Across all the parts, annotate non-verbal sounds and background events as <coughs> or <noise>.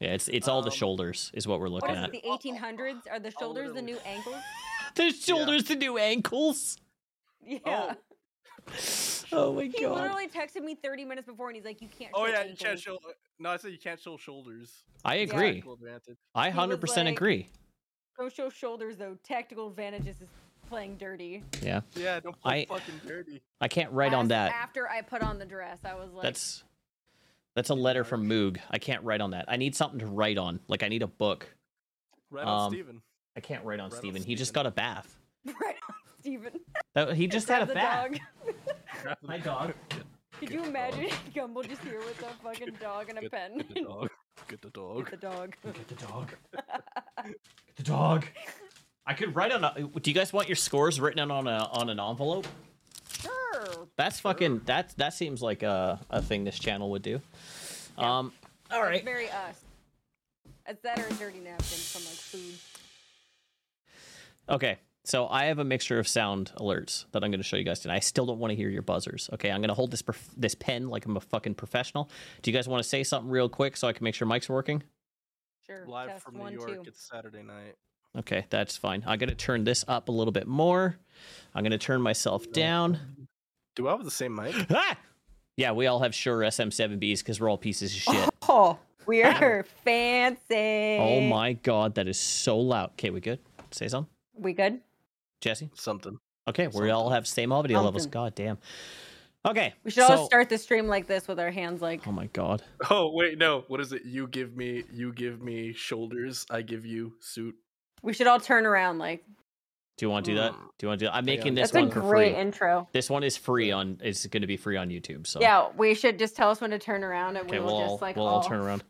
Yeah, it's it's all the Um, shoulders is what we're What looking is at. <laughs> it, the 1800s? Are the <laughs> Oh, I'll shoulders the literally- new ankles? The shoulders, the new ankles. Yeah. Oh, <laughs> Oh my He god! literally texted me 30 minutes before and he's like, you can't oh show yeah, you ankles. can't show. No, I said you can't show shoulders. I Yeah. agree. Cool advantage. I He was hundred percent like- agree. Don't show shoulders though. Tactical advantages is playing dirty. Yeah, Yeah, don't play I- fucking dirty. I can't write on that. After- After I put on the dress, I was like, That's that's a letter from Moog. I can't write on that. I need something to write on. Like I need a book. Right on, Um, Steven. I can't write on Write on Steven. He just Steven. got a bath. <laughs> right on Steven. <laughs> That, he just had Grab a the bath. <laughs> dog. My dog. Could you imagine Gumball just here with <laughs> a fucking dog and a Get- pen? Get the dog. Get the dog. With the dog. <laughs> Get the dog. <laughs> Get the dog. I could write on. A, do you guys want your scores written out on a on an envelope? Sure. That's fucking. That that seems like a a thing this channel would do. Um. All right. Very us. It's that or a dirty napkin from like food. Okay. So I have a mixture of sound alerts that I'm going to show you guys tonight. I still don't want to hear your buzzers. Okay, I'm going to hold this prof- this pen like I'm a fucking professional. Do you guys want to say something real quick so I can make sure mic's working? Sure. Live test from one, New York. Two. It's Saturday night. Okay, that's fine. I'm going to turn this up a little bit more. I'm going to turn myself down. Do I have the same mic? <laughs> Ah! Yeah, we all have sure SM7Bs because we're all pieces of <laughs> shit. Oh, we're fancy. oh my god, that is so loud. Okay, we good? Say something, We good? Jesse. Something. Okay, we all have same audio levels. Something. God damn. Okay, We should so- all start the stream like this with our hands like. Oh my god. Oh wait, no. What is it? You give me, you give me shoulders. I give you suit. We should all turn around like. Do you want to do that? Hmm. Do you want to do that? I'm Hang making on. this That's a one for free. great intro. This one is free on. It's going to be free on YouTube. So Yeah, we should just tell us when to turn around and Okay, we we'll will all, just like we'll all, all turn around.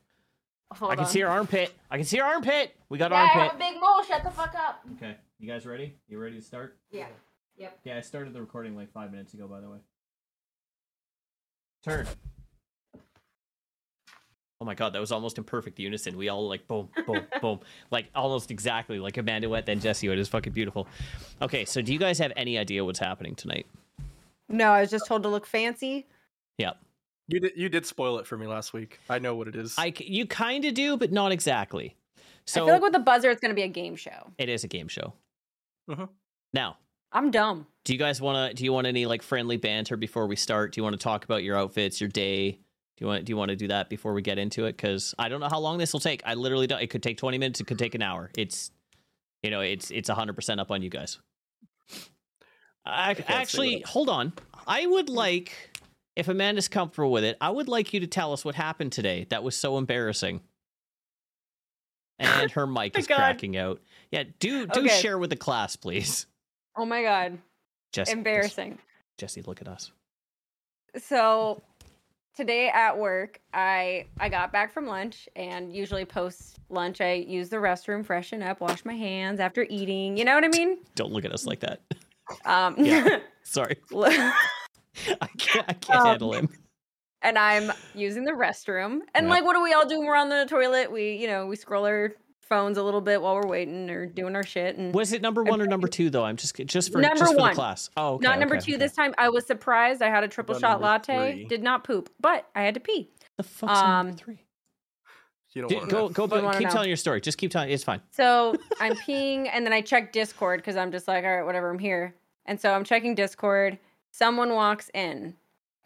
Hold I can on. see her armpit. I can see her armpit. We got Yeah, I have a armpit. big mole. Shut the fuck up. Okay, you guys ready? You ready to start? Yeah. Yeah, I started the recording like five minutes ago. By the way. Turn. Oh my god, that was almost in perfect unison. We all like boom, <laughs> boom, boom, like almost exactly like Amanda went, then Jesse went. It was fucking beautiful. Okay, so do you guys have any idea what's happening tonight? No, I was just told to look fancy. Yeah. You did. You did spoil it for me last week. I know what it is. I c- you kind of do, but not exactly. So I feel like with the buzzer, it's gonna be a game show. it is a game show. Uh-huh. Mhm. Now, I'm dumb. do you guys want to? Do you want any like friendly banter before we start? Do you want to talk about your outfits, your day? Do you want? Do you want to do that before we get into it? Because I don't know how long this will take. I literally don't. It could take twenty minutes. It could take an hour. It's, you know, it's it's hundred percent up on you guys. I, can't say actually, what hold on. I would like, if Amanda's comfortable with it, I would like you to tell us what happened today. That was so embarrassing. And her <laughs> mic Oh My is God. cracking out. Yeah, do do Okay. share with the class, please. Oh my god, Jesse, embarrassing. Jesse, look at us. So today at work, I I got back from lunch and usually post lunch I use the restroom, freshen up, wash my hands after eating. You know what I mean? Don't look at us like that. <laughs> Um <laughs> Yeah. Sorry, <laughs> I can't. I can't Um, handle him. and I'm using the restroom. And Yep. like what do we all do when we're on the toilet? We, you know, we scroll our phones a little bit while we're waiting or doing our shit and Was it number one or number two though? I'm just just for Number just for one. the class. Oh, okay, not number okay, two okay. this time. I was surprised. I had a triple about shot number latte. three? Did not poop, but I had to pee. The fuck's in number um, three? You don't Dude, wanna go know. <laughs> go. wanna But keep know. telling your story. Just keep telling. It's fine. So I'm peeing, and then I check Discord because I'm just like, all right, whatever, I'm here. And so I'm checking Discord. Someone walks in,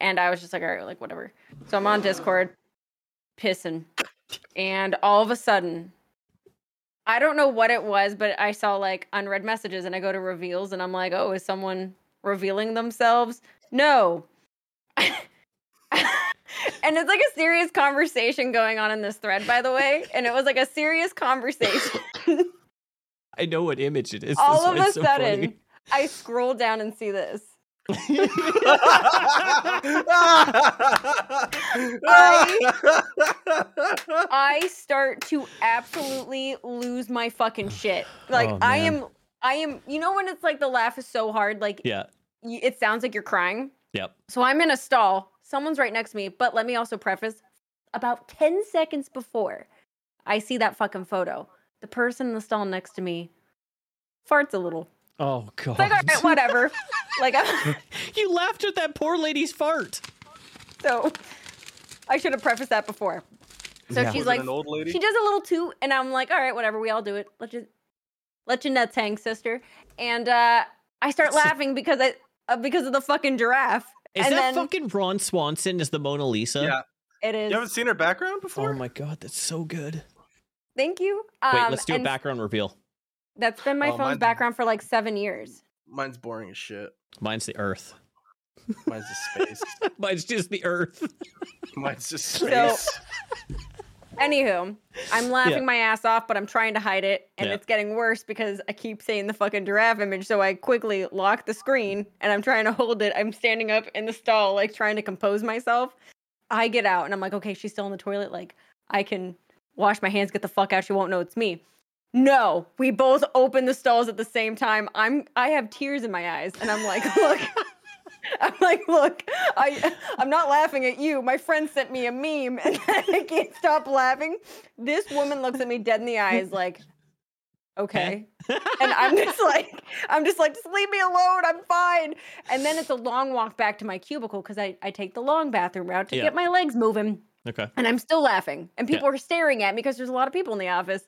and I was just like, all right, like whatever. So I'm on Discord, pissing, and all of a sudden, I don't know what it was, but I saw like unread messages, and I go to reveals, and I'm like, oh, is someone revealing themselves? No. <laughs> and it's like a serious conversation going on in this thread, by the way. And it was like a serious conversation. I know what image it is. all that's of why a it's so sudden, funny. I scroll down and see this. I start to absolutely lose my fucking shit. Like Oh, I man. am, I am. You know when it's like the laugh is so hard, like yeah. y- it sounds like you're crying. Yep. So I'm in a stall. Someone's right next to me. But let me also preface: about ten seconds before I see that fucking photo, the person in the stall next to me farts a little. Oh It's like, all god. right, whatever. like <laughs> I'm. <laughs> you laughed at that poor lady's fart. <laughs> So I should have prefaced that before. So Yeah. she's Was it like, an old lady. she does a little toot, and I'm like, all right, whatever, we all do it. Let you, let your nuts hang, sister. And uh, <laughs> I start laughing because I uh, because of the fucking giraffe. Is and that then- fucking Ron Swanson as the Mona Lisa? yeah, It is. you haven't seen her background before. Oh my god, that's so good. Thank you. Wait, Um, let's do a and background reveal. That's been my Oh, phone's mine's- background for like seven years. Mine's boring as shit. Mine's the Earth. Mine's just space. <laughs> Mine's just the Earth. Mine's just So- space. Anywho, I'm laughing Yeah. my ass off, but I'm trying to hide it, and Yeah. it's getting worse because I keep saying the fucking giraffe image. So I quickly lock the screen, and I'm trying to hold it. I'm standing up in the stall, like trying to compose myself. I get out, and I'm like, okay, she's still in the toilet. Like I can wash my hands, get the fuck out. She won't know it's me. No, we both open the stalls at the same time. I'm I have tears in my eyes, and I'm like, <laughs> look. I'm like, look, I I'm not laughing at you. My friend sent me a meme and <laughs> I can't stop laughing. This woman looks at me dead in the eyes like, okay. and I'm just like, I'm just like, just leave me alone. I'm fine. And then it's a long walk back to my cubicle because I, I take the long bathroom route to Yeah. get my legs moving. Okay. And I'm still laughing. And Yeah. people are staring at me because there's a lot of people in the office.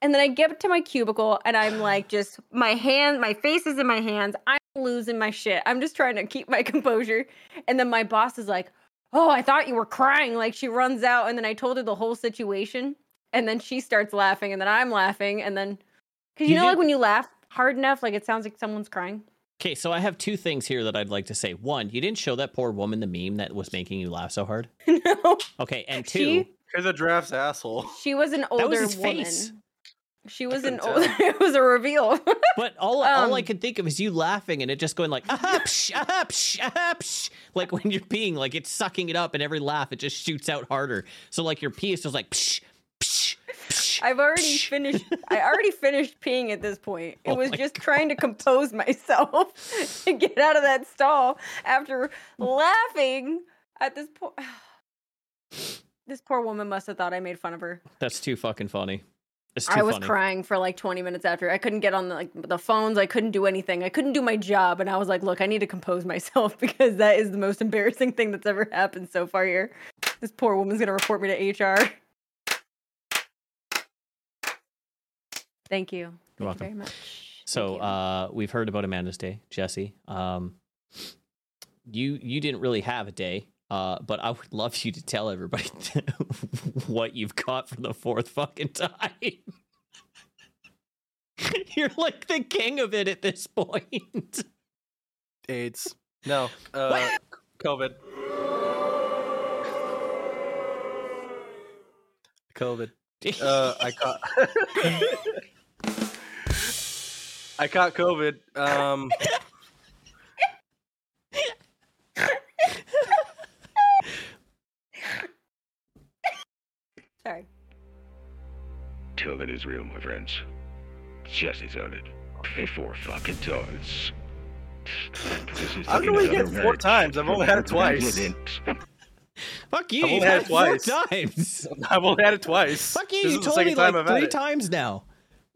And then I get to my cubicle and I'm like, just my hand, my face is in my hands. I'm losing my shit. I'm just trying to keep my <laughs> composure. And then my boss is like, Oh, I thought you were crying. Like she runs out. And then I told her the whole situation. And then she starts laughing. And then I'm laughing. And then, because you You know, like did- when you laugh hard enough, like it sounds like someone's crying. <laughs> Okay, so I have two things here that I'd like to say. One, you didn't show that poor woman the meme that was making you laugh so hard. no. Okay, and two, <laughs> She- Here's a draft's asshole. She was an that older was his woman. face. She was an couldn't <laughs> older, it was a reveal. But all all I Um, could think of is you laughing and it just going like ah psh ah psh ah psh, like when you're peeing, like it's sucking it up, and every laugh it just shoots out harder. So like your pee is just like psh psh psh. I've already Psh. finished. I already finished peeing at this point. It Oh was my just trying to compose myself <laughs> to get out of that stall after laughing at this poor. <sighs> This poor woman must have thought I made fun of her. That's too fucking funny. It's too I was funny. crying for like 20 minutes after. I couldn't get on the, like the phones. I couldn't do anything. I couldn't do my job, and I was like, "Look, I need to compose <laughs> myself because that is the most embarrassing thing that's ever happened so far here." This poor woman's gonna report me to HR. Thank you. Thank You're you welcome. very much. So Thank you. uh, we've heard about Amanda's day, Jesse. Um, you you didn't really have a day, uh, but I would love you to tell everybody <laughs> what you've caught for the fourth fucking time. <laughs> You're like the king of it at this point. <laughs> AIDS. No. Uh, COVID. COVID. Uh, I caught. I caught COVID. <laughs> Um, sorry. Two of it is real, my friends. Jesse's on it. Pay four fucking times. This is I don't know why you another get it four marriage. times. I've only had it twice. Fuck you! I've You've only had had it it four twice. times. I've only had it twice. Fuck you! This you is the told second me like time I've had three it. times now.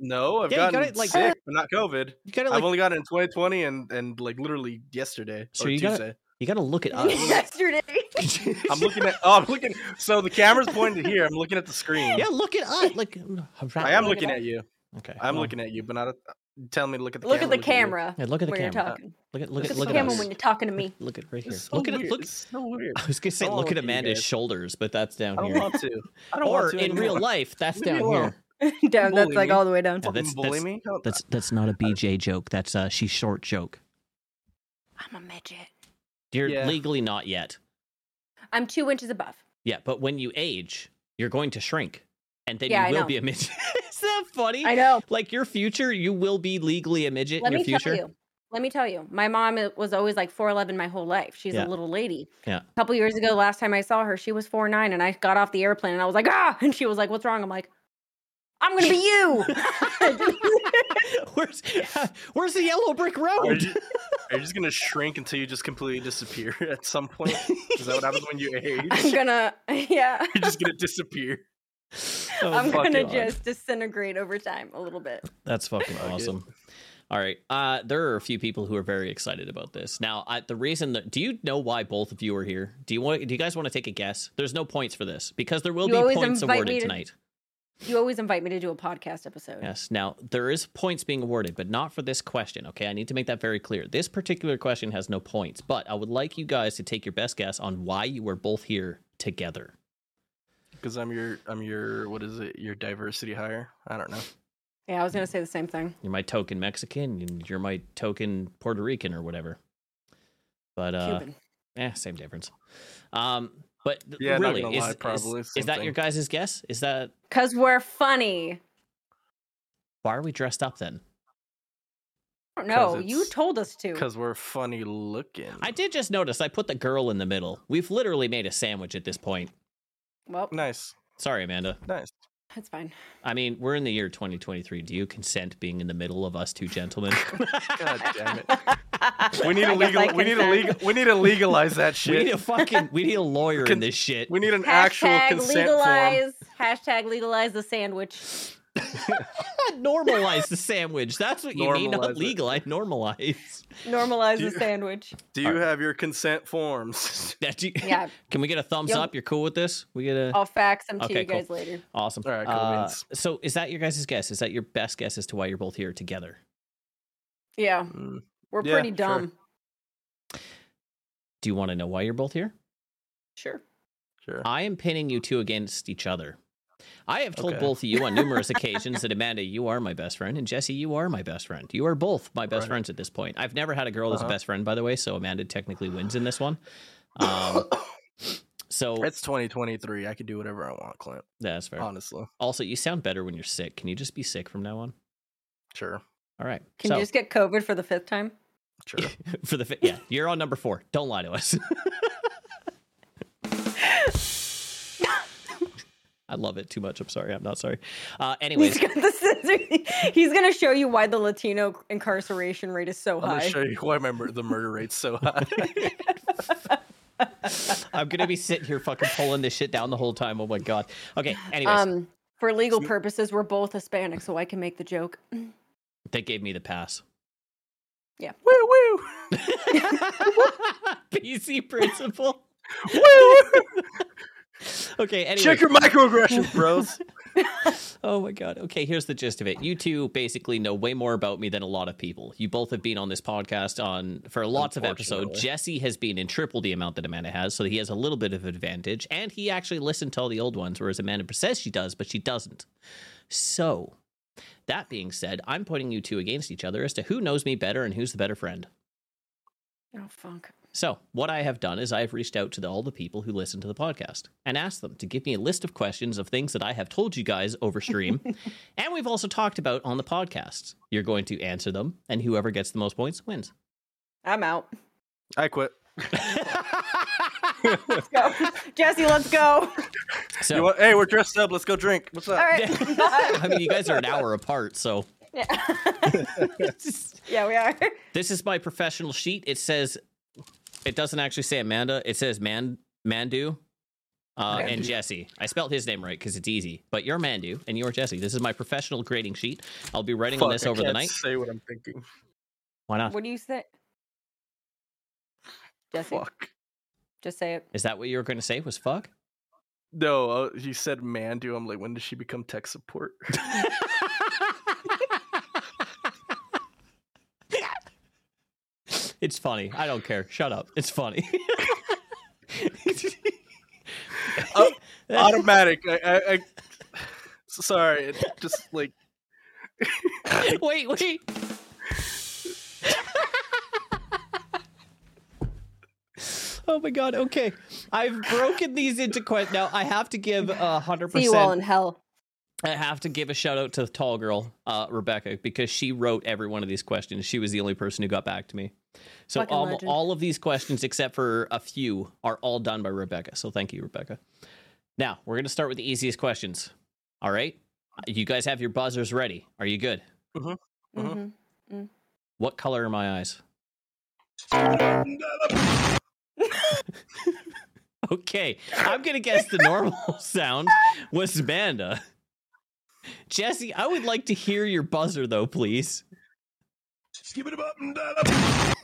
No, I've Yeah, you got gotten it, like- sick, but not COVID. You gotta like I've only gotten it in 2020 and and like literally yesterday So or you got Tuesday. you gotta look <laughs> it <laughs> up. <laughs> Yesterday. I'm looking at. Oh, I'm looking. So the camera's pointed here. I'm looking at the screen. yeah, look it up. Like <laughs> I am looking at you. Okay, I'm well, looking at you, but not. At, tell me to look at the Look at camera. the camera Yeah, look at the when you're camera. talking. Look at look Look at at the look at camera us. when you're talking to me. <laughs> Look at right here. It's so look at weird. it. Look. It's so weird. I was gonna say I don't look at wanna look at you Amanda's guys. shoulders, but that's down I don't here. want to. I don't Or want to in real life, that's Leave me down alone. here. down, that's Bully like me. all the way down. Yeah, that's- That's, bully that's- me. I don't- That's that's not a BJ joke. That's uh she's short joke. I'm a midget. You're Yeah. legally not yet. I'm two inches above. Yeah, but when you age, you're going to shrink, and then Yeah, I you will know. be a midget. <laughs> Is that funny? I know. Like your future, you will be legally a midget Let in your me future. tell you. Let me tell you. My mom i- was always like 4'11 my whole life. She's Yeah. a little lady. Yeah. A couple years ago, last time I saw her, she was 4'9 and I got off the airplane and I was like, ah. <laughs> And she was like, what's wrong? I'm like, I'm going to be <laughs> you. where's <laughs> where's the yellow brick Are road? <laughs> you, are you just gonna shrink until you just completely disappear <laughs> at some point? Is that what happens when you <laughs> I'm age? going to, <laughs> yeah. You're just gonna disappear. Oh, I'm fuck going to God. just disintegrate over time a little bit. That's fucking it. awesome. All right. Uh, there are a few people who are very excited about this. Now, I, the reason that do you know why both of you are here? Do you want? Do you guys want to take a guess? There's no points for this because there will You be always points invite me awarded to- tonight. You always invite me to do a podcast episode. Yes. Now there is points being awarded, but not for this question. Okay, I need to make that very clear. This particular question has no points, but I would like you guys to take your best guess on why you were both here together. Because I'm your, I'm your, what is it? Your diversity hire? I don't know. Yeah, I was gonna say the same thing. You're my token Mexican, and you're my token Puerto Rican or whatever. But uh, Cuban. eh, same difference. Um, but th- Yeah, not really, gonna is, lie, is- probably is that your something. guys' guess? Is that Cause we're funny. why are we dressed up then? I don't know. 'Cause Oh, You it's- told us to. Because we're funny looking. I did just notice I put the girl in the middle. We've literally made a sandwich at this point. Well, Nice, Sorry, Amanda. nice. that's fine. I mean, we're in the year 2023. Do you consent being in the middle of us two <laughs> gentlemen? God damn <laughs> it. we We <laughs> need to legal. We need to legal. We need to legalize <laughs> that we need shit. a fucking we need a lawyer in Cons- this shit. We need an actual Hashtag consent form. legalize. Hashtag legalize the sandwich. normalize the sandwich. That's what you mean, Normalize not it. legalize. Normalize. <laughs> Normalize Do <laughs> the you- sandwich. Do you have your consent forms? <laughs> That you- Yeah. <laughs> Can we get a thumbs You'll- up? You're cool with this? We get a I'll fax them to Okay, you cool. guys later. awesome. All right, cool Uh, beans. so is that your guys' guess? Is that your best guess as to why you're both here together? Yeah, Mm. we're Yeah, pretty sure. dumb. Do you want to know why you're both here? Sure. Sure. <coughs> I am pinning you two against each other. I have told Okay. both of you on <laughs> numerous occasions that Amanda, you are my best friend, and Jesse, you are my best friend. You are both my best Right. friends at this point. I've never had a girl that's a Uh-huh. best friend, by the way, so Amanda technically wins in this one. <coughs> Um, oh. so It's 2023. I can do whatever I want, Clint. that's fair. Honestly, Also, you sound better when you're sick. Can you just be sick from now on? sure, All right. Can so, you just get COVID for the fifth time? sure. <laughs> for the fi- yeah, you're on number four. Don't lie to us. <laughs> I love it too much. I'm sorry. I'm not sorry. Uh, anyways, <laughs> He's got the scissors. <laughs> He's gonna show you why the Latino incarceration rate is so I'm gonna high. show you why my mur- the murder rate's so <laughs> high. I'm gonna be sitting here fucking pulling this shit down the whole time. Oh my god. Okay. Anyways, Um, for legal purposes, we're both Hispanic, so I can make the joke. <laughs> they gave me the pass. <laughs> woo woo PC principle. <laughs> woo! Okay. Anyway. Check your microaggressions, <laughs> bros. Oh my god. Okay, here's the gist of it. You two basically know way more about me than a lot of people. You both have been on this podcast on for lots of episodes. Unfortunately. Jesse has been in triple the amount that Amanda has, so he has a little bit of advantage. And he actually listened to all the old ones, whereas Amanda says she does, but she doesn't. So that being said, I'm putting you two against each other as to who knows me better and who's the better friend. Oh fuck. So, what I have done is I have reached out to the, all the people who listen to the podcast and asked them to give me a list of questions of things that I have told you guys over <laughs> stream. and we've also talked about on the podcast. You're going to answer them, and whoever gets the most points wins. I'm out. I quit. Let's go. <laughs> Jesse, let's go. So, You want, hey, we're dressed up. Let's go drink. What's up? All right. <laughs> I mean, you <laughs> guys are an hour apart, so Yeah. <laughs> yeah, we are. this is my professional sheet. It says, it doesn't actually say Amanda, it says Man Mandu. Uh, and Mandu. Jesse. I spelled his name right because it's easy. But you're Mandu and you're Jesse. This is my professional grading sheet. I'll be writing on Fuck, this I over the can't night. Say what I'm thinking. Why not? What do you say? Jesse, Fuck. just say it. Is that what you were going to say? Was fuck? No, uh, you said man, dude. I'm like, when does she become <laughs> tech support? it's funny. I don't care. Shut up. It's funny. <laughs> Oh, Automatic. I, I, I, sorry, it just like wait, wait. oh my god. Okay, I've broken these into questions. Now I have to give a hundred See you all percent. in hell. I have to give a shout out to the tall girl, uh, Rebecca, because she wrote every one of these questions. She was the only person who got back to me. So Fucking all, legend. all of these questions, except for a few, are all done by Rebecca. So thank you, Rebecca. Now we're gonna start with the easiest questions. All right, you guys have your buzzers ready. Are you good? Mm-hmm. Mhm. Mhm. What color are my eyes? okay, I'm gonna guess the normal <laughs> sound was Manda. Jesse, I would like to hear your buzzer though, please. Skip it up and down up.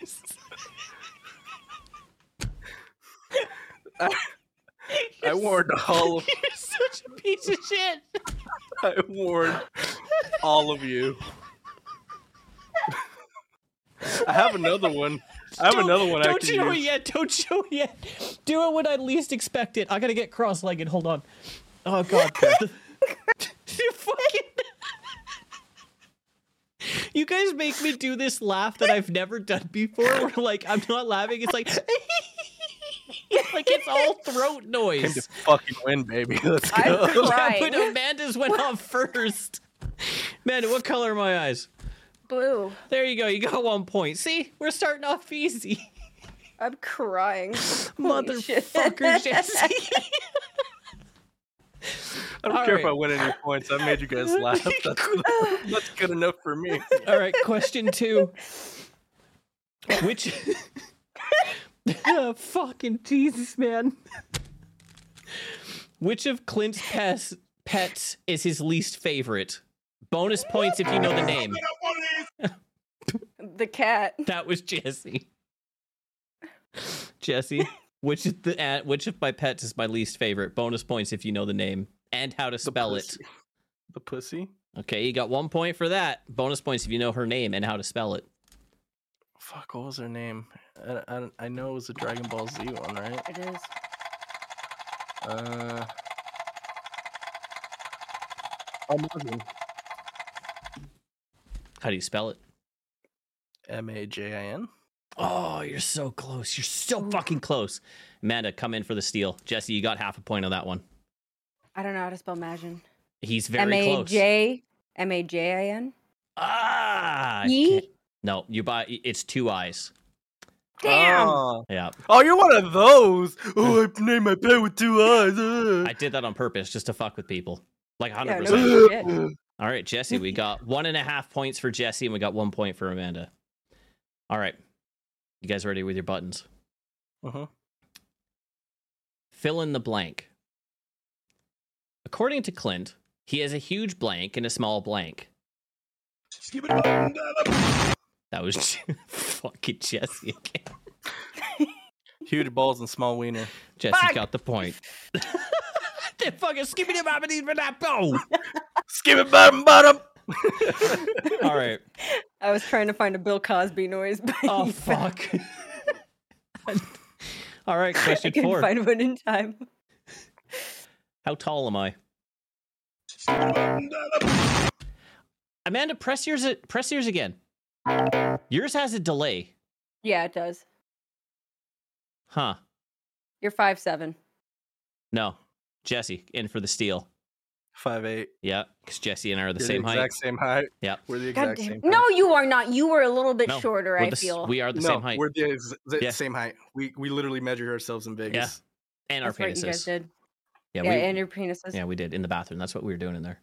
<laughs> I warned all of <laughs> You're such a piece of shit. I warned all of you. I have another one. I have Don't- another one I Don't can show it use. yet. Don't show it yet. Do it when I least expect it. I gotta get cross-legged. Hold on. Oh <laughs> god. <laughs> you fucking. You guys make me do this laugh that I've never done before. Where like I'm not laughing. It's like. <laughs> like it's all throat Came to noise. fucking win, baby. <laughs> Let's I'm go. Yeah, but crying. Amanda's went off <laughs> first. Amanda, what color are my eyes? Blue. There you go. You got one point. See, we're starting off easy. I'm <laughs> crying. <laughs> Holy shit. <laughs> Motherfucker, Jesse. I don't All care if right. I win any points. I made you guys <laughs> laugh. That's, that's good enough for me. All right, question two. Which. <laughs> Oh, fucking Jesus, man. Which of Clint's pes- pets is his least favorite? Bonus points if you know the name. The cat. That was Jesse. Jesse, which of the uh, which of my pets is my least favorite? Bonus points if you know the name and how to spell it. pussy. The pussy. Okay, you got one point for that. Bonus points if you know her name and how to spell it. Fuck, what was her name? I, I, I know it was a Dragon Ball Z one, right? It is. Uh. Amazing. How do you spell it? M A J I N. Oh, you're so close. You're so fucking close. Amanda, come in for the steal. Jesse, you got half a point on that one. I don't know how to spell Majin. He's very M A close. J M A J I N. Ah! I Ye? can't- No, you buy. It's two eyes. Damn. Oh. Yeah, Oh, you're one of those. Oh, I named my pet with two eyes. uh. I did that on purpose just to fuck with people. Like Yeah, 100%. no shit. All right, Jesse, <laughs> we got one and a half points for Jesse, and we got one point for Amanda. All right, you guys ready with your buttons? Uh-huh. Fill in the blank. According to Clint, he has a huge blank and a small blank. Ah. Skip it up and down up. That was <laughs> Je- fucking Jesse again. Huge balls and small wiener. Jesse Fuck. got the <laughs> point. they fucking skipping him up and even that bow. Skip it bottom bottom. All <laughs> right. I was trying to find a Bill Cosby noise, <laughs> but Oh you found- <laughs> fuck. All right, I question couldn't four. find one in time. How tall am I? Skip it up and down up. Amanda, press yours. Press yours again. Yours has a delay, Yeah, it does. huh? You're five seven. No, Jesse in for the steal. Five eight. Yeah, because Jesse and I are the You're same the height. exact same height. Yeah. We're the God exact damn. same. No, you are not. You were a little bit No, shorter. We're I the s- feel. we are the no, same height We're the ex- the Yeah. same height. We we literally measure ourselves in Vegas. and our That's what you guys penises. did. Yeah, Yeah, we, and your penises. yeah, we did in the bathroom. That's what we were doing in there.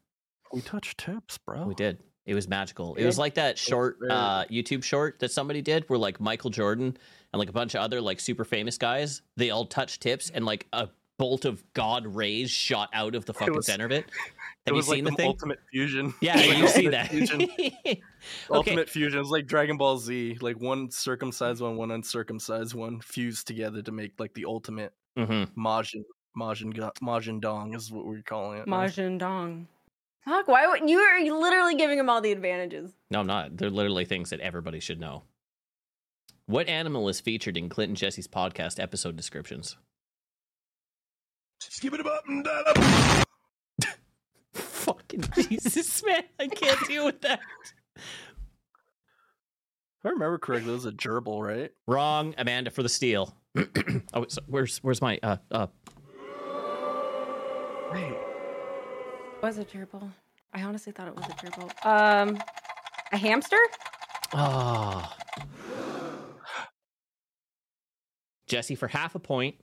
We touch tips, bro. We did. It was magical. It was Oh. Yeah. like that short very- uh, YouTube short that somebody did, where like Michael Jordan and like a bunch of other like super famous guys, they all touched tips and like a bolt of God rays shot out <laughs> of the fucking was- center of it. It Have you was seen like the thing? ultimate fusion. Yeah, It <laughs> was you like see Ultimate that. <laughs> Fusion. okay. Ultimate fusion. It was like Dragon Ball Z. Like one circumcised one, one uncircumcised one fused together to make like the ultimate hmm Majin Majin Ga- Majin Dong is what we're calling it. now. Majin Dong. Fuck! Why would you are literally giving him all the advantages? No, I'm not. They're literally things that everybody should know. What animal is featured in Clinton Jesse's podcast episode descriptions? <laughs> Skip it up and down up. Fucking Jesus, man. I can't deal with that. If I remember correctly, it was a gerbil, right? Wrong, Amanda for the steal. <clears throat> oh, so where's where's my uh uh Wait. Was a gerbil? I honestly thought it was a gerbil. Um, a hamster? ah. Jesse for half a point.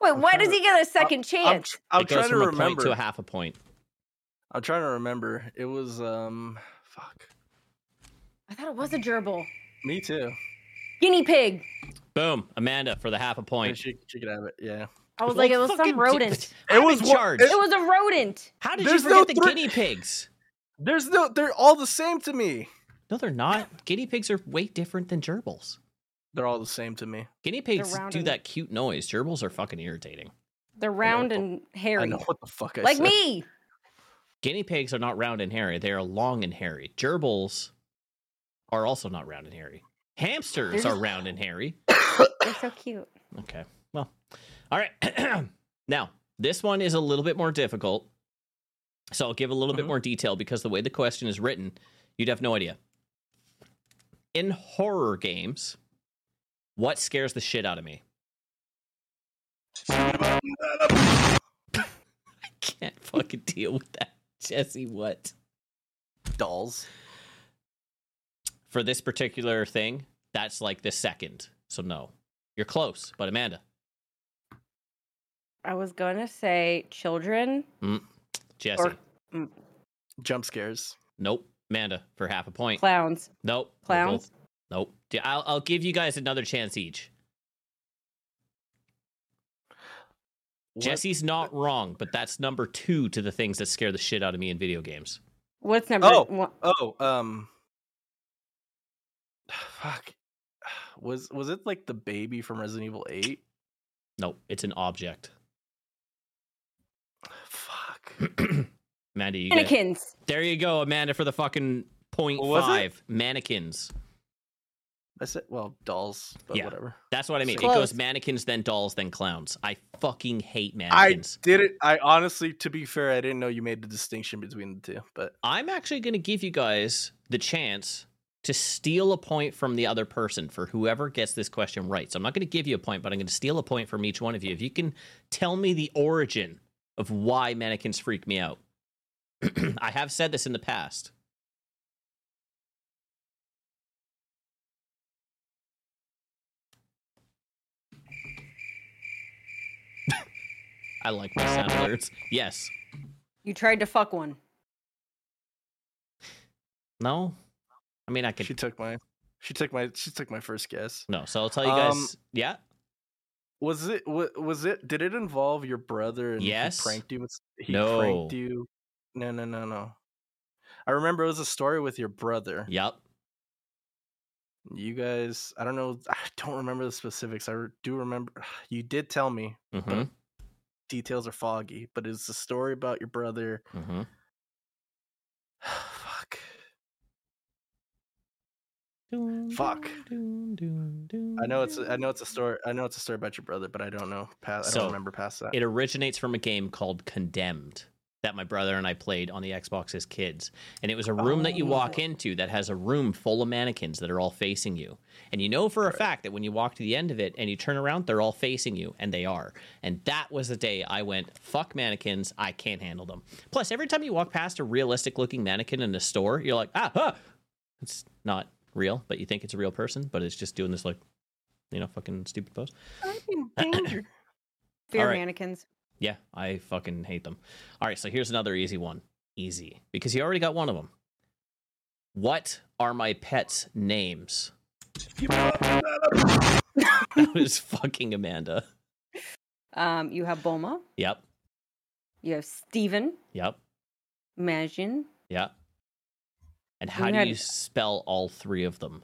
Wait, I'm why trying does to- he get a second I'm, chance? tr- I'm it goes trying to from a point remember. to a half a point. I'm trying to remember. It was um, fuck. I thought it was a gerbil. Me too. Guinea pig. Boom, Amanda for the half a Yeah, point. She, she could have it. Yeah. I was Well, like, it was fucking some di- rodent. I'm was in one- charge. It was a rodent. How did There's you no forget the thr- guinea pigs? There's no. They're all the same to me. No, they're not. Guinea pigs are way different than gerbils. They're all the same to me. Guinea pigs round do and- that cute noise. Gerbils are fucking irritating. They're round and hairy, I know what the fuck I like said. me. Guinea pigs are not round and hairy. They are long and hairy. Gerbils are also not round and hairy. Hamsters They're are just- round and hairy. They're so cute. Okay. Well, all right. <clears throat> now, this one is a little bit more difficult. So I'll give a little bit Mhm. more detail because the way the question is written, you'd have no idea. In horror games, what scares the shit out of me? <laughs> I can't fucking deal with that. Jesse, what? Dolls. For this particular thing, that's like the second. So no. You're close, but Amanda. I was gonna say children. Jesse. Or- Jump scares. Nope. Amanda for half a point. Clowns. Nope. We're both- Clowns? Nope. D- I'll, I'll give you guys another chance each. What- Jesse's not wrong, but that's number two to the things that scare the shit out of me in video games. What's number? Oh. one? Oh, um. <sighs> Fuck. <sighs> Was was it like the baby from Resident Evil Eight? <sighs> Nope. It's an object. <clears throat> <clears throat> Fuck. Amanda, you get it. Mannequins. There you go, Amanda, for the fucking point What was it? five. Mannequins. I said, well, dolls, but Yeah. whatever. That's what I mean. It Close. goes mannequins, then dolls, then clowns. I fucking hate mannequins. did it. I honestly, to be fair, I didn't know you made the distinction between the two, but I'm actually going to give you guys the chance to steal a point from the other person for whoever gets this question right. So I'm not going to give you a point, but I'm going to steal a point from each one of you. If you can tell me the origin of why mannequins freak me out. <clears throat> I have said this in the past. <laughs> I like my sound alerts. Yes. You tried to fuck one. No. I mean, I could she took my, she took my, she took my first guess. No, so I'll tell you guys. Um, yeah, Was it? wa- Was it? Did it involve your brother? And Yes. He pranked you. with- He No. pranked you. No, no, no, no. I remember it was a story with your brother. yep. You guys, I don't know. I don't remember the specifics. I re- do remember. <sighs> You did tell me. hmm Details are foggy, but it's a story about your brother. <sighs> hmm Fuck. mm-hmm. Fuck. I know it's. I know it's a story. I know it's a story about your brother, but I don't know. Past, I So, don't remember past that. It originates from a game called Condemned that my brother and I played on the Xbox as kids. And it was a room that you walk Oh. into that has a room full of mannequins that are all facing you. And you know for a Right. fact that when you walk to the end of it and you turn around, they're all facing you, and they are. And that was the day I went, fuck mannequins, I can't handle them. Plus, every time you walk past a realistic looking mannequin in a store, you're like, ah, ah. it's not real, but you think it's a real person, but it's just doing this like, you know, fucking stupid pose. I'm in danger. Fear All right. mannequins. Yeah, I fucking hate them. All right, so here's another easy one. Easy. Because you already got one of them. What are my pets' names? <laughs> That was fucking Amanda. Um, you have Boma. Yep, You have Steven. yep, Imagine yep. And how You do had- you spell all three of them?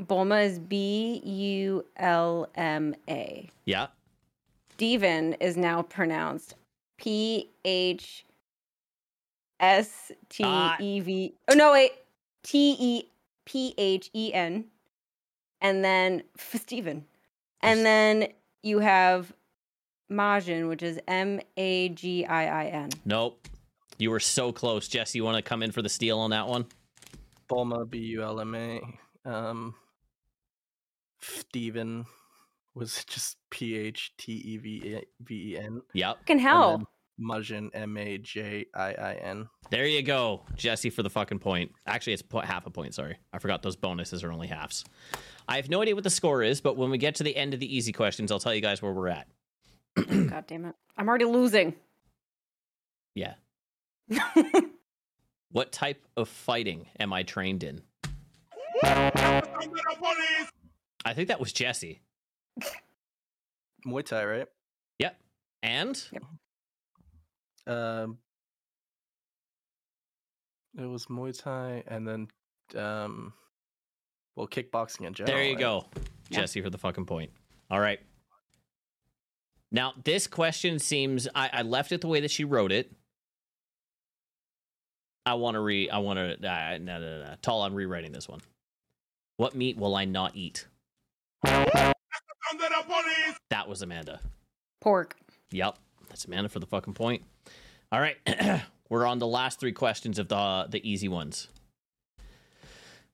Bulma is B U L M A. Yeah. Steven is now pronounced P H S T E V. Oh, no, wait. T E P H E N. And then f- Steven. Yes. And then you have Majin, which is M A G I I N. Nope. You were so close. Jess, you want to come in for the steal on that one? Bulma B U L M A. Um, Steven was <laughs> it just P H T E V V E N. Yep. Fucking hell. Majin M A J I I N. There you go, Jesse, for the fucking point. Actually, it's po- half a point. Sorry, I forgot those bonuses are only halves. I have no idea what the score is, but when we get to the end of the easy questions, I'll tell you guys where we're at. <clears throat> God damn it. I'm already losing. Yeah. What type of fighting am I trained in? I think that was Jesse. Muay Thai, right? And Um, It was Muay Thai and then um well kickboxing in general. There you right? go, Yeah. Jesse, for the fucking point. All right. Now, this question seems I, I left it the way that she wrote it. I want to re. I want to. Uh, no, no, no, no. Tall, I'm rewriting this one. What meat will I not eat? That was Amanda. <laughs> Pork. Yep, that's Amanda for the fucking point. All right, <clears throat> we're on the last three questions of the the easy ones.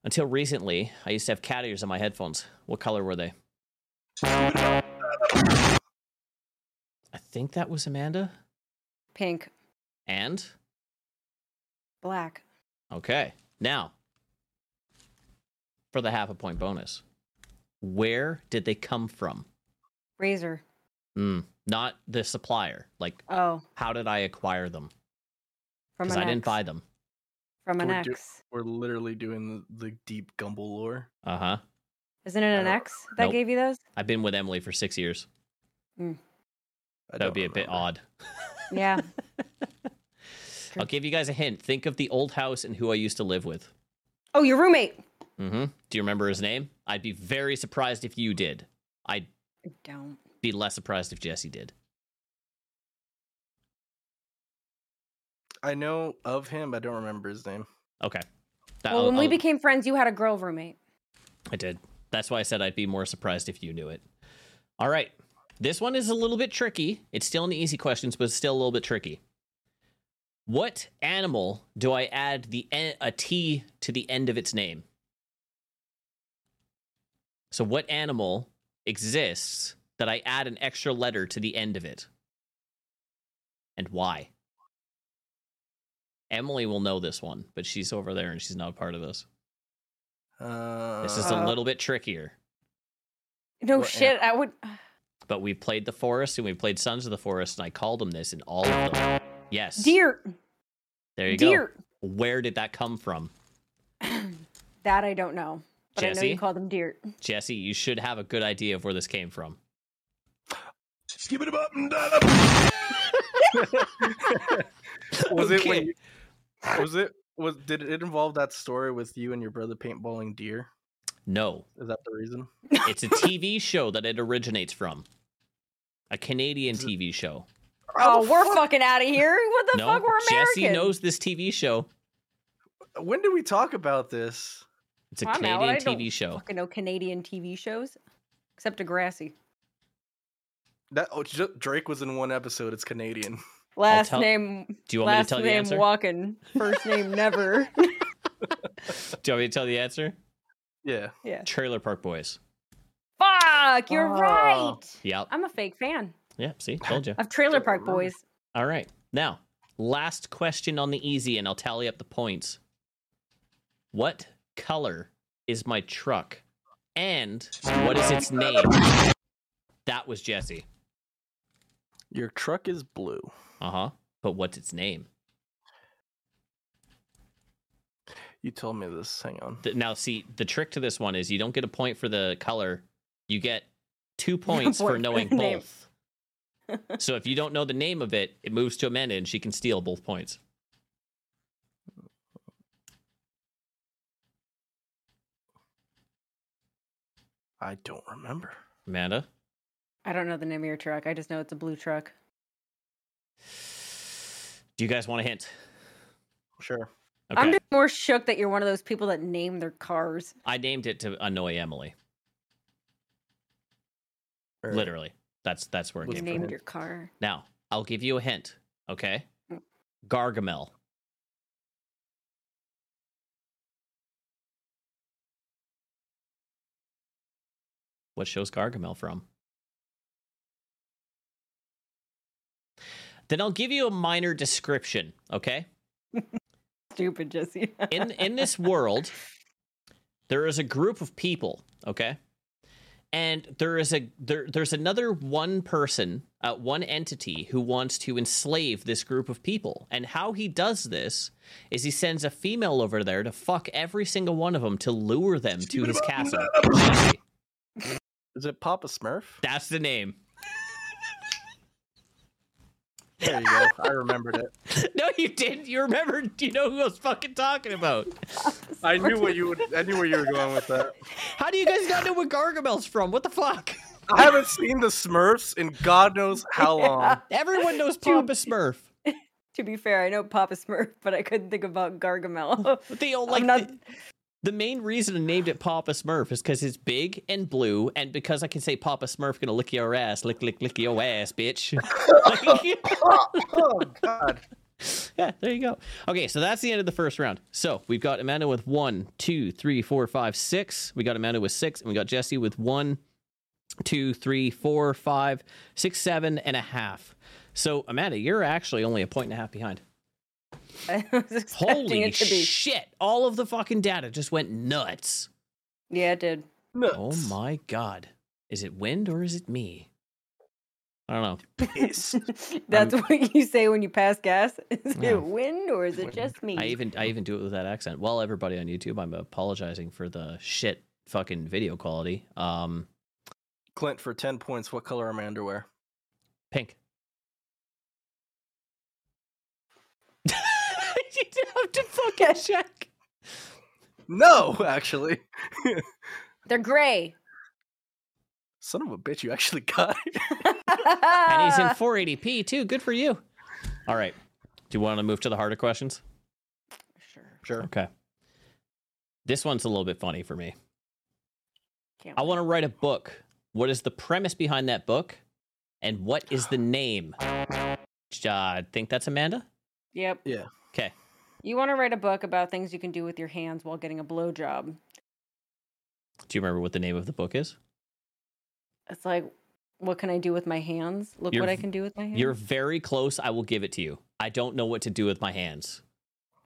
Until recently, I used to have cat ears on my headphones. What color were they? I think that was Amanda. Pink. And Black. okay, now for the half a point bonus, where did they come from? Razor. Mm, not the supplier. Like, Oh, how did I acquire them? from Because an I didn't ex. buy them. From an We're do- ex. We're literally doing the, the deep gumble lore. Uh huh. Isn't it an don't ex that Nope. gave you <laughs> those? I've been with Emily for six years. I That don't would be a bit remember. odd. Yeah. I'll give you guys a hint. Think of the old house and who I used to live with. Oh, your roommate. Mm-hmm. hmm Do you remember his name? I'd be very surprised if you did. I'd I don't. be less surprised if Jesse did. I know of him, but I don't remember his name. Okay. That- well, I'll- when we I'll- became friends, you had a girl roommate. I did. That's why I said I'd be more surprised if you knew it. All right. This one is a little bit tricky. It's still in the easy questions, but it's still a little bit tricky. What animal do I add the en- a T to the end of its name? So what animal exists that I add an extra letter to the end of it? And why? Emily will know this one, but she's over there and she's not a part of this. Uh, This is a Uh, little bit trickier. No What shit. I would. But we played the forest and we played Sons of the Forest, and I called them this in all of them. Yes. Deer. There you Deer. go. Where did that come from? That I don't know. But I know Jesse? you called them deer. Jesse, you should have a good idea of where this came from. Skip it up and down up. was it Okay. when you, was it was did it involve that story with you and your brother paintballing deer? No. Is that the reason? <laughs> It's a TV show that it originates from. A Canadian TV show. Oh, we're fucking out of here. What the no, fuck? We're American. Jesse knows this TV show. When did we talk about this? It's a I'm out. I Canadian don't TV show. Fucking no Canadian TV shows, except Degrassi. That oh, J- Drake was in one episode. It's Canadian. Last tell- name. Do you want me to Last tell you the name answer? Walken. First name <laughs> Never. Do you want me to tell the answer? Yeah. yeah. Trailer Park Boys. Fuck. You're Oh. right. Yep. I'm a fake fan Yep. See, told you. of Trailer Don't Park remember. Boys. All right. Now, last question on the easy, and I'll tally up the points. What color is my truck? And what is its name? That was Jesse. Your truck is blue. Uh huh. But what's its name? You told me this. Hang on. Th- Now, see, the trick to this one is you don't get a point for the color. You get two points for Point knowing for the name. both. so if you don't know the name of it, it moves to Amanda and she can steal both points. I don't remember. Amanda? I don't know the name of your truck. I just know it's a blue truck. Do you guys want a hint? Sure. I'm just more shook that you're one of those people that name their cars. I named it to annoy Emily. Or- Literally, that's that's where it Was came You from. named him. your car. Now, I'll give you a hint. Okay, Mm. Gargamel. What show's Gargamel from? Then I'll give you a minor description. Okay, Stupid Jesse. <laughs> in in this world there is a group of people okay and there is a there, there's another one person uh, one entity who wants to enslave this group of people and how he does this is he sends a female over there to fuck every single one of them to lure them to his castle Is it Papa Smurf? that's the name There you go. I remembered it. <laughs> No, you didn't. You remembered. You know who I was fucking talking about. I knew what you would. I knew where you were going with that. How do you guys not know where Gargamel's from? What the fuck? I haven't seen the Smurfs in God knows how long. Everyone knows Dude. Papa Smurf. To be fair, I know Papa Smurf, but I couldn't think about Gargamel. <laughs> But they all like I'm not- the, the main reason I named it Papa Smurf is because it's big and blue, and because I can say Papa Smurf gonna lick your ass, lick lick lick your ass, bitch. <laughs> Like- <laughs> Oh God. yeah, there you go. Okay, so that's the end of the first round. So we've got Amanda with one, two, three, four, five, six. We got Amanda with six, and we got Jesse with one, two, three, four, five, six, seven and a half. So Amanda, you're actually only a point and a half behind. I was expecting Holy it to be. shit! All of the fucking data just went nuts. yeah, it did. Oh Nuts. my god. Is it wind or is it me? I don't know. Yes. <laughs> That's what you say when you pass gas. <laughs> Is Yeah. it wind or is it just me? I even I even do it with that accent. Well, everybody on YouTube, I'm apologizing for the shit fucking video quality. Um Clint for ten points. What color are my underwear? pink. <laughs> you didn't have to <laughs> fucking check. No, actually. They're gray. Son of a bitch, you actually got it. And <laughs> he's in 480p too. Good for you. All right. Do you want to move to the harder questions? Sure. Sure. Okay. This one's a little bit funny for me. Can't I want to write a book. What is the premise behind that book? And what is the name? Uh, I think that's Amanda. Yep. Yeah. Okay. You want to write a book about things you can do with your hands while getting a blowjob. Do you remember what the name of the book is? It's like, what can I do with my hands? Look You're what I v- can do with my hands. You're very close. I will give it to you. I don't know what to do with my hands.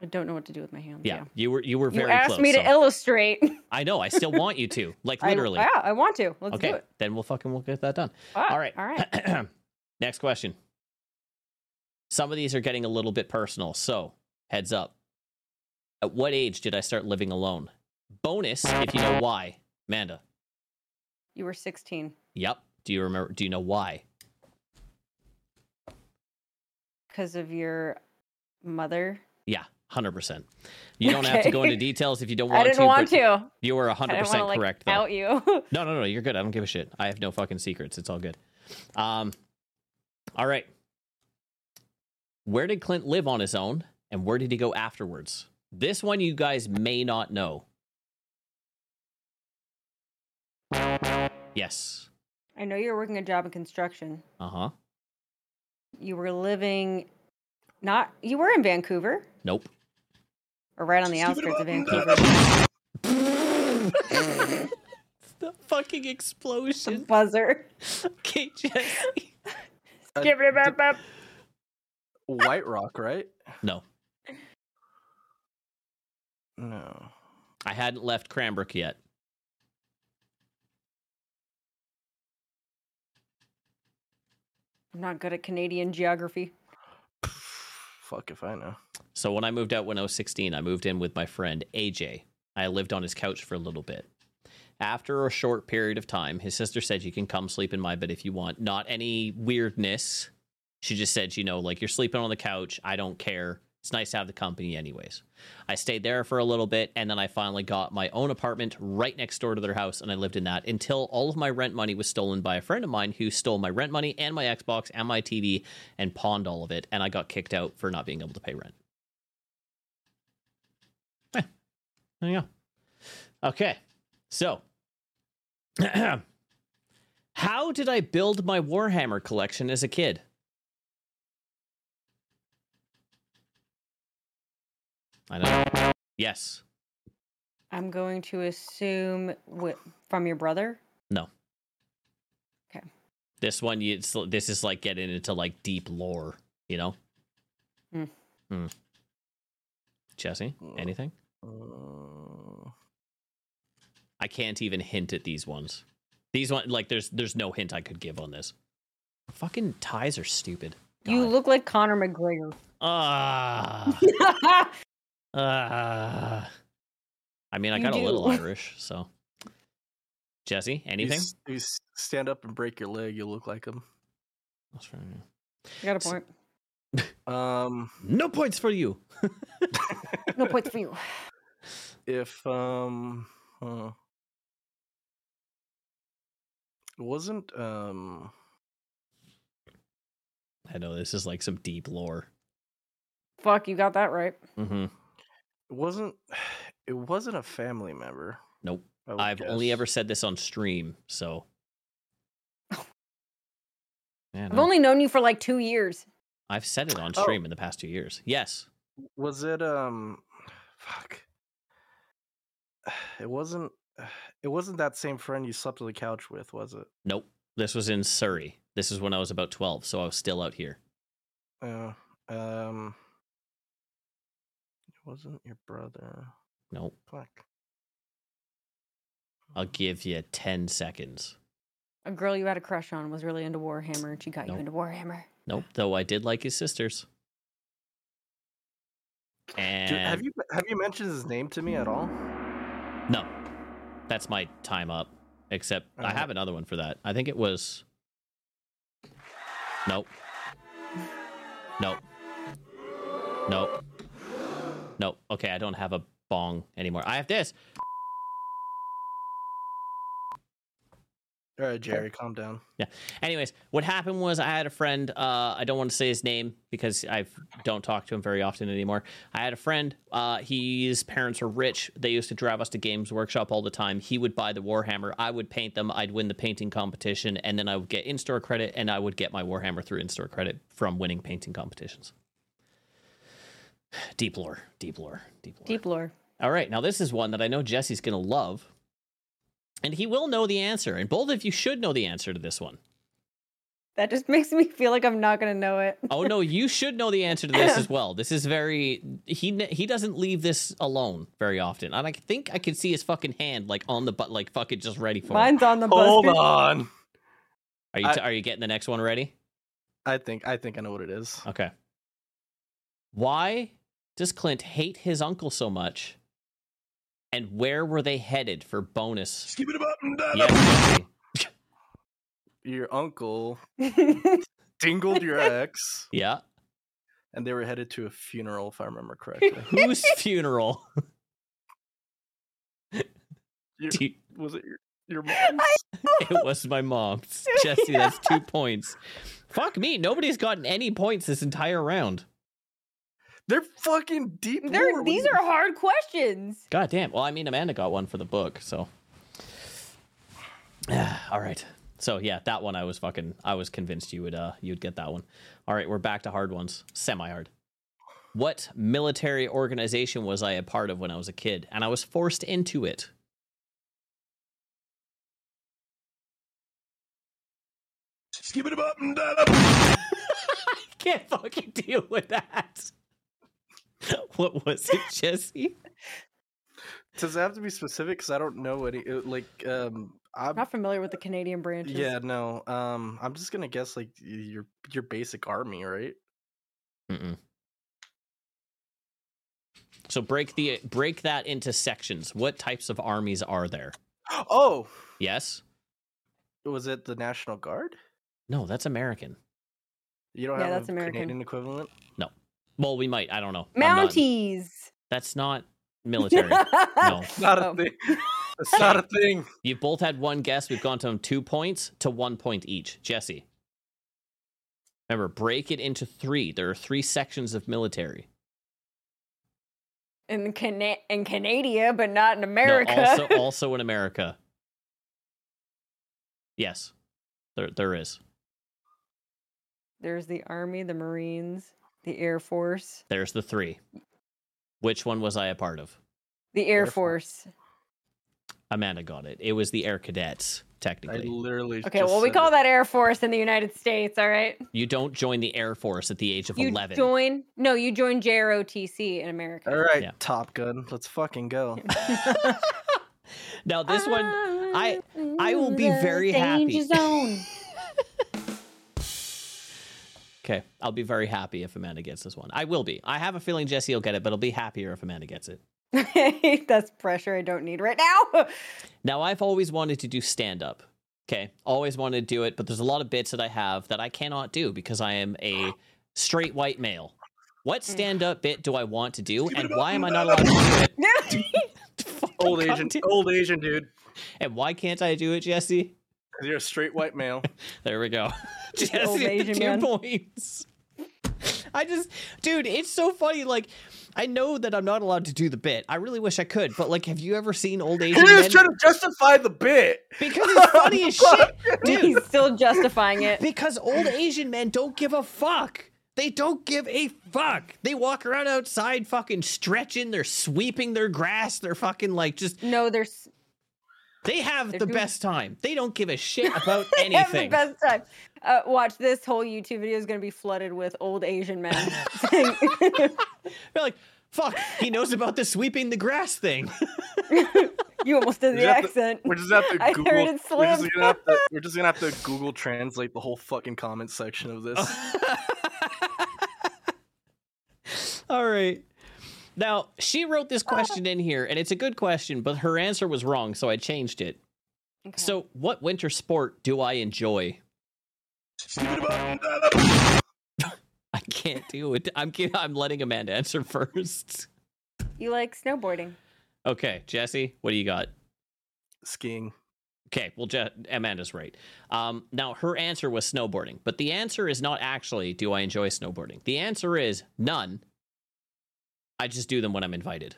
I don't know what to do with my hands. Yeah, you were you were You very asked close. me to so- illustrate. <laughs> I know. I still want you to. Like I- literally. yeah, I want to. Let's okay. do it. Then we'll fucking we'll get that done. Fuck. All right. <laughs> All right. <clears throat> Next question. Some of these are getting a little bit personal, so heads up. At what age did I start living alone? Bonus if you know why. Amanda. You were 16 Yep. Do you remember do you know why? because of your mother. Yeah, 100%. You don't have to go Okay. into details if you don't want I didn't to. want but to. You were I didn't 100% want to like correct though. out you. <laughs> No, no, no, you're good. I don't give a shit. I have no fucking secrets. It's all good. Um, all right. Where did Clint live on his own, and where did he go afterwards? This one you guys may not know. Yes. I know you're working a job in construction. Uh huh. You were living, not you were in Vancouver Nope. or right on the outskirts of Vancouver. <laughs> The fucking <laughs> The explosion. buzzer. Okay, Jesse. Uh, Give it up, up. White Rock, right? No, No. I hadn't left Cranbrook yet. I'm not good at Canadian geography. Fuck if I know. So when I moved out when I was 16, I moved in with my friend AJ. I lived on his couch for a little bit. After a short period of time, his sister said, You can come sleep in my bed if you want. Not any weirdness. She just said, You know, like you're sleeping on the couch. I don't care. It's nice to have the company, anyways. I stayed there for a little bit and then I finally got my own apartment right next door to their house and I lived in that until all of my rent money was stolen by a friend of mine who stole my rent money and my Xbox and my TV and pawned all of it. And I got kicked out for not being able to pay rent. There you go. Okay. So, <clears throat> how did I build my Warhammer collection as a kid? I know. Yes. I'm going to assume wi- from your brother. This one, you, it's, this is like getting into like deep lore, you know? Hmm. Hmm. Jesse, anything? Uh, I can't even hint at these ones. These one, like, there's there's no hint I could give on this. Fucking ties are stupid. You God. look like Conor McGregor. <laughs> Ah. Ah. I mean, I You got a little <laughs> do. Irish, so. Jesse, you anything? s- You, s- stand up and break your leg, you look like him. That's fine, yeah. You got a S- point. Um, No points for you. No points for you. if um, huh. wasn't um, I know this is like some deep lore. Fuck, you got that right. Mm-hmm. it wasn't <sighs> it wasn't a family member. Nope. I <laughs> would I've only guess. ever said this on stream, so. Man, I've I- only known you for like two years. I've said it on Oh. stream in the past two years. Yes. was it um, <sighs> fuck. <sighs> It wasn't. <sighs> It wasn't that same friend you slept on the couch with, was it? Nope. This was in Surrey. This is when I was about 12, so I was still out here. Yeah. Uh, Um. It wasn't your brother. Nope. Fuck. I'll give you 10 seconds. A girl you had a crush on was really into Warhammer, and she got Nope. you into Warhammer. Nope. Though I did like his sisters. And Ju- have you have you mentioned his name to me at all? No. That's my time up. Except I Alright. have another one for that. I think it was. Nope. Nope. Nope. Nope. Okay, I don't have a bong anymore. I have this. All right, Jerry, <laughs> calm down. Anyways, what happened was I had a friend. Uh, I don't want to say his name because I don't talk to him very often anymore. I had a friend. Uh, his parents were rich. They used to drive us to Games Workshop all the time. He would buy the Warhammer. I would paint them. I'd win the painting competition, and then I would get in store credit, and I would get my Warhammer through in store credit from winning painting competitions. Deep lore. Deep lore. Deep lore. Deep lore. All right, now this is one that I know Jesse's going to love. And he will know the answer. And both of you should know the answer to this one. That just <laughs> makes me feel like I'm not gonna know it. Oh no, you should know the answer to this as well. This is very he ne- he doesn't leave this alone very often. And I think I can see his fucking hand like on the butt like fucking just ready for it. Mine's on the bus. Hold <laughs> dude. on. Are you t- are you getting the next one ready? I think I think I know what it is. Okay. Why does Clint hate his uncle so much? And where were they headed for bonus? Skip it up and down. Yes. Jesse. Your uncle dingled <laughs> your ex, Yeah. and they were headed to a funeral, if I remember correctly. Whose funeral? <laughs> <laughs> Your- Do you- was it your your mom's? It was my mom's. Jesse, that's two points. Fuck me. Nobody's gotten any points this entire round. <laughs> They're fucking deep. lore. They're, What these you- are hard questions. God damn. Well, I mean, Amanda got one for the book, so. <sighs> All right. So yeah, that one I was fucking. I was convinced you would uh you'd get that one. All right, we're back to hard ones, semi hard. What military organization was I a part of when I was a kid, and I was forced into it? Skip it up and down. <laughs> I can't fucking deal with that. <laughs> what was it, Jesse? Does it have to be specific? Because I don't know any. it- Like, um, I'm Not familiar with the Canadian branches. yeah, no. Um, I'm just gonna guess like y- your your basic army, right? Mm-mm. So break the break that into sections. What types of armies are there? <gasps> Oh, Yes. was it the National Guard? No, that's American. You don't Yeah, have that's a American. Canadian equivalent. Well, we might. I don't know. I'm not- Mounties. that's not <laughs> military. No. Not a Oh. <laughs> thing. <laughs> It's not a thing. You've both had one guess. We've gone from two points to one point each. Jesse. Remember, break it into three. There are three sections of military. In Cana- in Canada, but not in No, America. <laughs> also, also in America. Yes, there there is. There's the Army, the Marines, the Air Force, There's the three. Which one was I a part of? the Air, Air Force. Amanda got it. It was the Air Cadets, <laughs> I technically. literally. Okay, just well, we said <laughs> call it. that Air Force in the United States, all right? you don't join the Air Force at the age of You 11. join, no, you join JROTC in America. All right, Yeah. Top Gun. Let's fucking <laughs> go. now, this one, Ah. I- I will be The very happy. danger <laughs> zone. <laughs> okay, I'll be very happy if Amanda gets this one. I will be. I have a feeling Jesse will get it, but I'll be happier if Amanda gets it. That's pressure I don't need right now. <laughs> Now, I've always wanted to do stand up. Okay, always wanted to do it, but there's a lot of bits that I have that I cannot do because I am a straight white male. What stand up bit do I want to do, and why am I not allowed to do it? Fucking Old Asian, content. old Asian dude. And why can't I do it, Jesse? 'Cause You're a straight white male. There we go. <laughs> Jesse with Old the Asian two man. points. <laughs> I just, dude, it's so funny. Like, I know that I'm not allowed to do the bit. I really wish I could, but like, have you ever seen old Asian He was men? trying to justify the bit. Because it's funny as shit, dude. <laughs> He's still <laughs> justifying it. Because old Asian men don't give a fuck. They don't give a fuck. They walk around outside, fucking stretching. They're sweeping their grass. They're fucking like just. No, there's <laughs> They have They're the doing- best time. They don't give a <laughs> shit about they have the anything. best time. Uh, watch this whole YouTube video is gonna be flooded with old Asian <laughs> men. saying- <laughs> They're like, fuck. He knows about the sweeping the grass thing. you almost did We're the just have to- accent. We're just gonna have to <laughs> I Google. heard it we're, just slip. gonna have to, we're just gonna have <laughs> to Google translate the whole fucking comment section of this. All right. Now, she wrote this question in here, and it's a good question, but her answer was wrong, so I changed it. Okay. So, what winter sport do I enjoy? <laughs> I can't do it. I'm gi- I'm letting Amanda answer <laughs> first. you like snowboarding? Okay, Jesse, what do you got? Skiing. Okay, well, Je- Amanda's right. Um, now, her answer was snowboarding, but the answer is not actually, do I enjoy snowboarding? The answer is none. I just do them when I'm invited.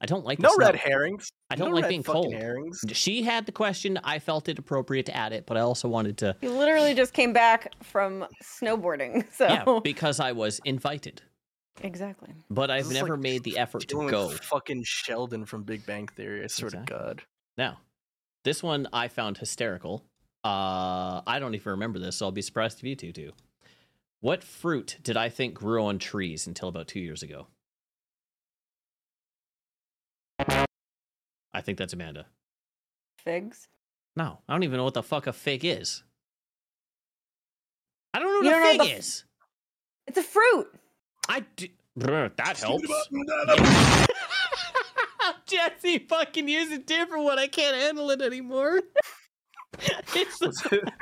I don't like the No snow. red herrings. I don't No like red being fucking cold. Herrings. She had the question. I felt it appropriate to add it, but I also wanted <laughs> to, You literally just came back from snowboarding, <laughs> so yeah, because I was invited. exactly. But I've is like never made the effort Dealing to with go. Fucking Sheldon from Big Bang Theory. I swear Exactly. to <laughs> God. <laughs> Now, this one I found hysterical. Uh, I don't even remember this, so I'll be surprised if you two do. What fruit did I think grew on trees until about two years ago? I think that's Amanda. Figs. No, I don't even know what the fuck a fig is. I don't You know what don't a know the fig f- is. It's a fruit. I do. Brr, That helps. <laughs> Jesse fucking use a different one. I can't handle it anymore. <laughs> it's the-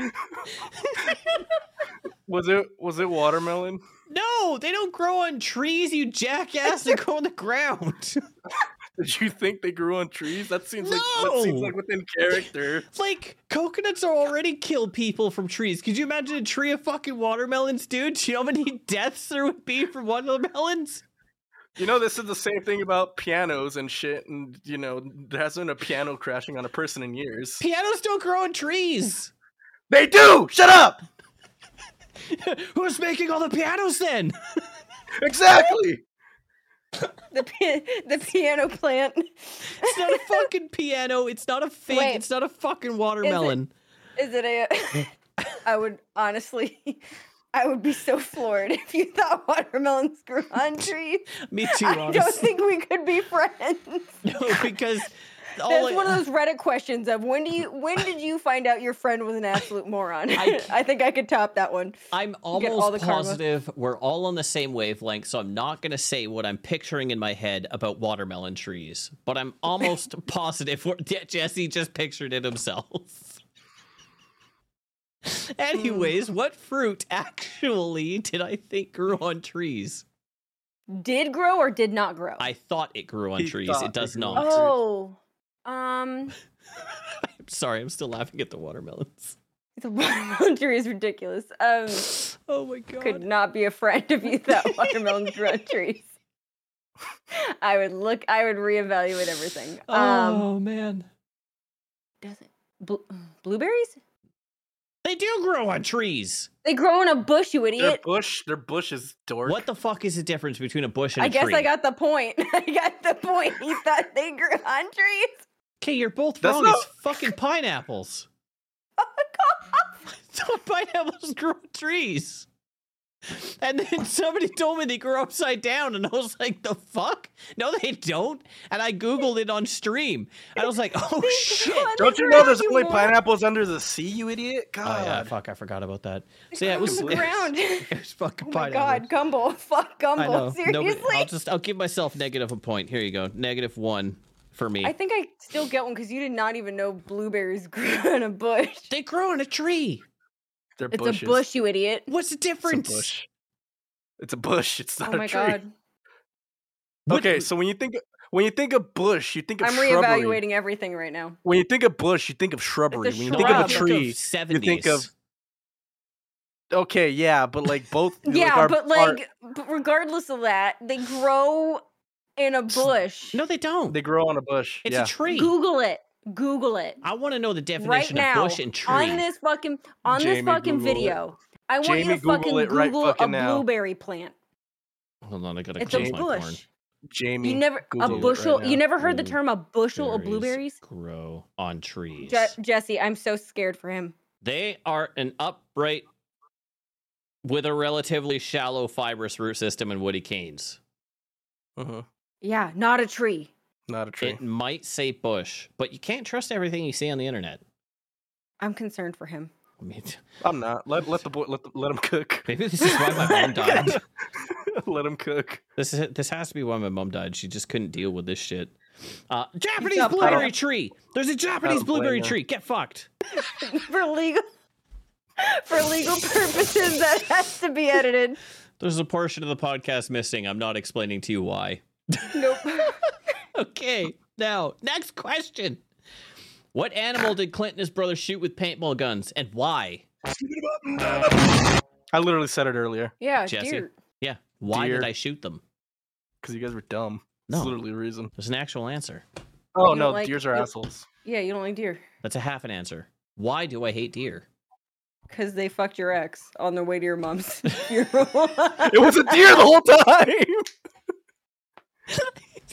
Was it, was it was it watermelon? <laughs> no, they don't grow on trees, you jackass. They grow on the ground. <laughs> Did you think they grew on trees? That seems like that seems No! like within character. like, coconuts are already kill people from trees. Could you imagine a tree of fucking watermelons, dude? Do you know how many <laughs> deaths there would be from watermelons? You know, this is the same thing about pianos and shit, and you know, there hasn't been a piano crashing on a person in years. Pianos don't grow on trees. They do! Shut up! Who's making all the pianos then? Exactly! The pi- the piano plant. It's <laughs> not a fucking piano. It's not a fig. Wait. It's not a fucking watermelon. Is it a? <laughs> I would honestly, I would be so floored if you thought watermelons grew <laughs> on trees. Me too, <laughs> I don't honestly. think we could be friends. no, <laughs> because all That's I- <laughs> one of those Reddit questions of when do you when did you find out your friend was an absolute moron? I- <laughs> I, think I could top that one. I'm get all almost the karma. positive we're all on the same wavelength, so I'm not going to say what I'm picturing in my head about watermelon trees, but <laughs> I'm almost positive we're- <laughs> Je- Jesse just pictured it himself. <laughs> Anyways, Hmm. what fruit actually did I think grew on trees? Did grow or did not grow? I thought it grew on He trees. thought It it does grew on not. trees. oh, um, <laughs> I'm sorry, I'm still laughing at the watermelons. <laughs> the watermelon tree is ridiculous. Um, Oh my god. could not be a friend if <laughs> you thought watermelons grew on trees. I would look. I would reevaluate everything. Um, oh man. doesn't bl- blueberries? They do grow on trees. They grow in a bush, you Their idiot. bush, their bush is dork. What the fuck is the difference between a bush and a I guess tree? I got the point. <laughs> I got the point. He thought they grew <laughs> on trees. Okay, you're both That's wrong. not- It's fucking pineapples. <laughs> Oh god. So <laughs> pineapples grow on trees. And then somebody told me they grow upside down, and I was like, "The fuck? No, they don't." And I googled it on stream, and I was like, <laughs> "Oh shit!" Oh Don't you They're know there's not only anymore. pineapples under the sea, you idiot? God. yeah, fuck! I forgot about that. So They yeah, it grow was <laughs> on the ground. It was, it was fucking Oh my pineapples. god, Gumble. <laughs> Fuck Gumble. I know. Seriously? Nobody- I'll just I'll give myself negative a point. Here you go, negative one for me. I think I still <laughs> get one because you did not even know blueberries grew in a bush. they grow in a tree. They're It's bushes. a bush, you idiot. What's the difference? It's a bush. It's a bush. It's not Oh my a tree. god. <laughs> What- Okay, so when you think when you think of bush, you think of I'm shrubbery. reevaluating everything right now. When you think of bush, you think of shrubbery. When you think of a shrub. tree, 70s. think of- okay, yeah, but like both. yeah, our- but our- like, but regardless of that, they grow in a bush. no, they don't. they grow on a bush. it's yeah. a tree. Google it. Google it. I want to know the definition right now of bush and tree. on this fucking on this Jamie, fucking Google it. video. I want you Jamie, to Google fucking it right Google fucking a now. blueberry plant. Hold on, I gotta It's close a my porn. bush. Jamie. You never Google it a right bushel. now. you never heard the term a bushel of Berries blueberries? grow on trees. Je- Jesse, I'm so scared for him. They are an upright with a relatively shallow fibrous root system and woody canes. Mhm. Yeah, not a tree. Not a tree. It might say bush, but you can't trust everything you see on the internet. I'm concerned for him. <laughs> I mean, <laughs> I'm not. Let let the boy let the, let him cook. <laughs> maybe this is why my <laughs> mom died. let him cook. This is this has to be why my mom died. She just couldn't deal with this shit. Uh, Japanese up, blueberry Adam. tree. There's a Japanese Adam, blame blueberry her. tree. Get fucked. for legal <laughs> for legal purposes that has to be edited. There's a portion of the podcast missing. I'm not explaining to you why. <laughs> Nope. Okay, now next question. What animal did Clint and his brother shoot with paintball guns, and why? I literally said it earlier <laughs> Yeah, Jesse? deer. Yeah, why Deer. did I shoot them? because you guys were dumb. No. That's literally the reason. There's an actual answer. You Oh don't no, like- deers are you- assholes. Yeah, you don't like deer That's a half an answer. Why do I hate deer? because they fucked your ex on their way to your mom's <laughs> funeral. <laughs> It was a deer the whole time. <laughs> <laughs>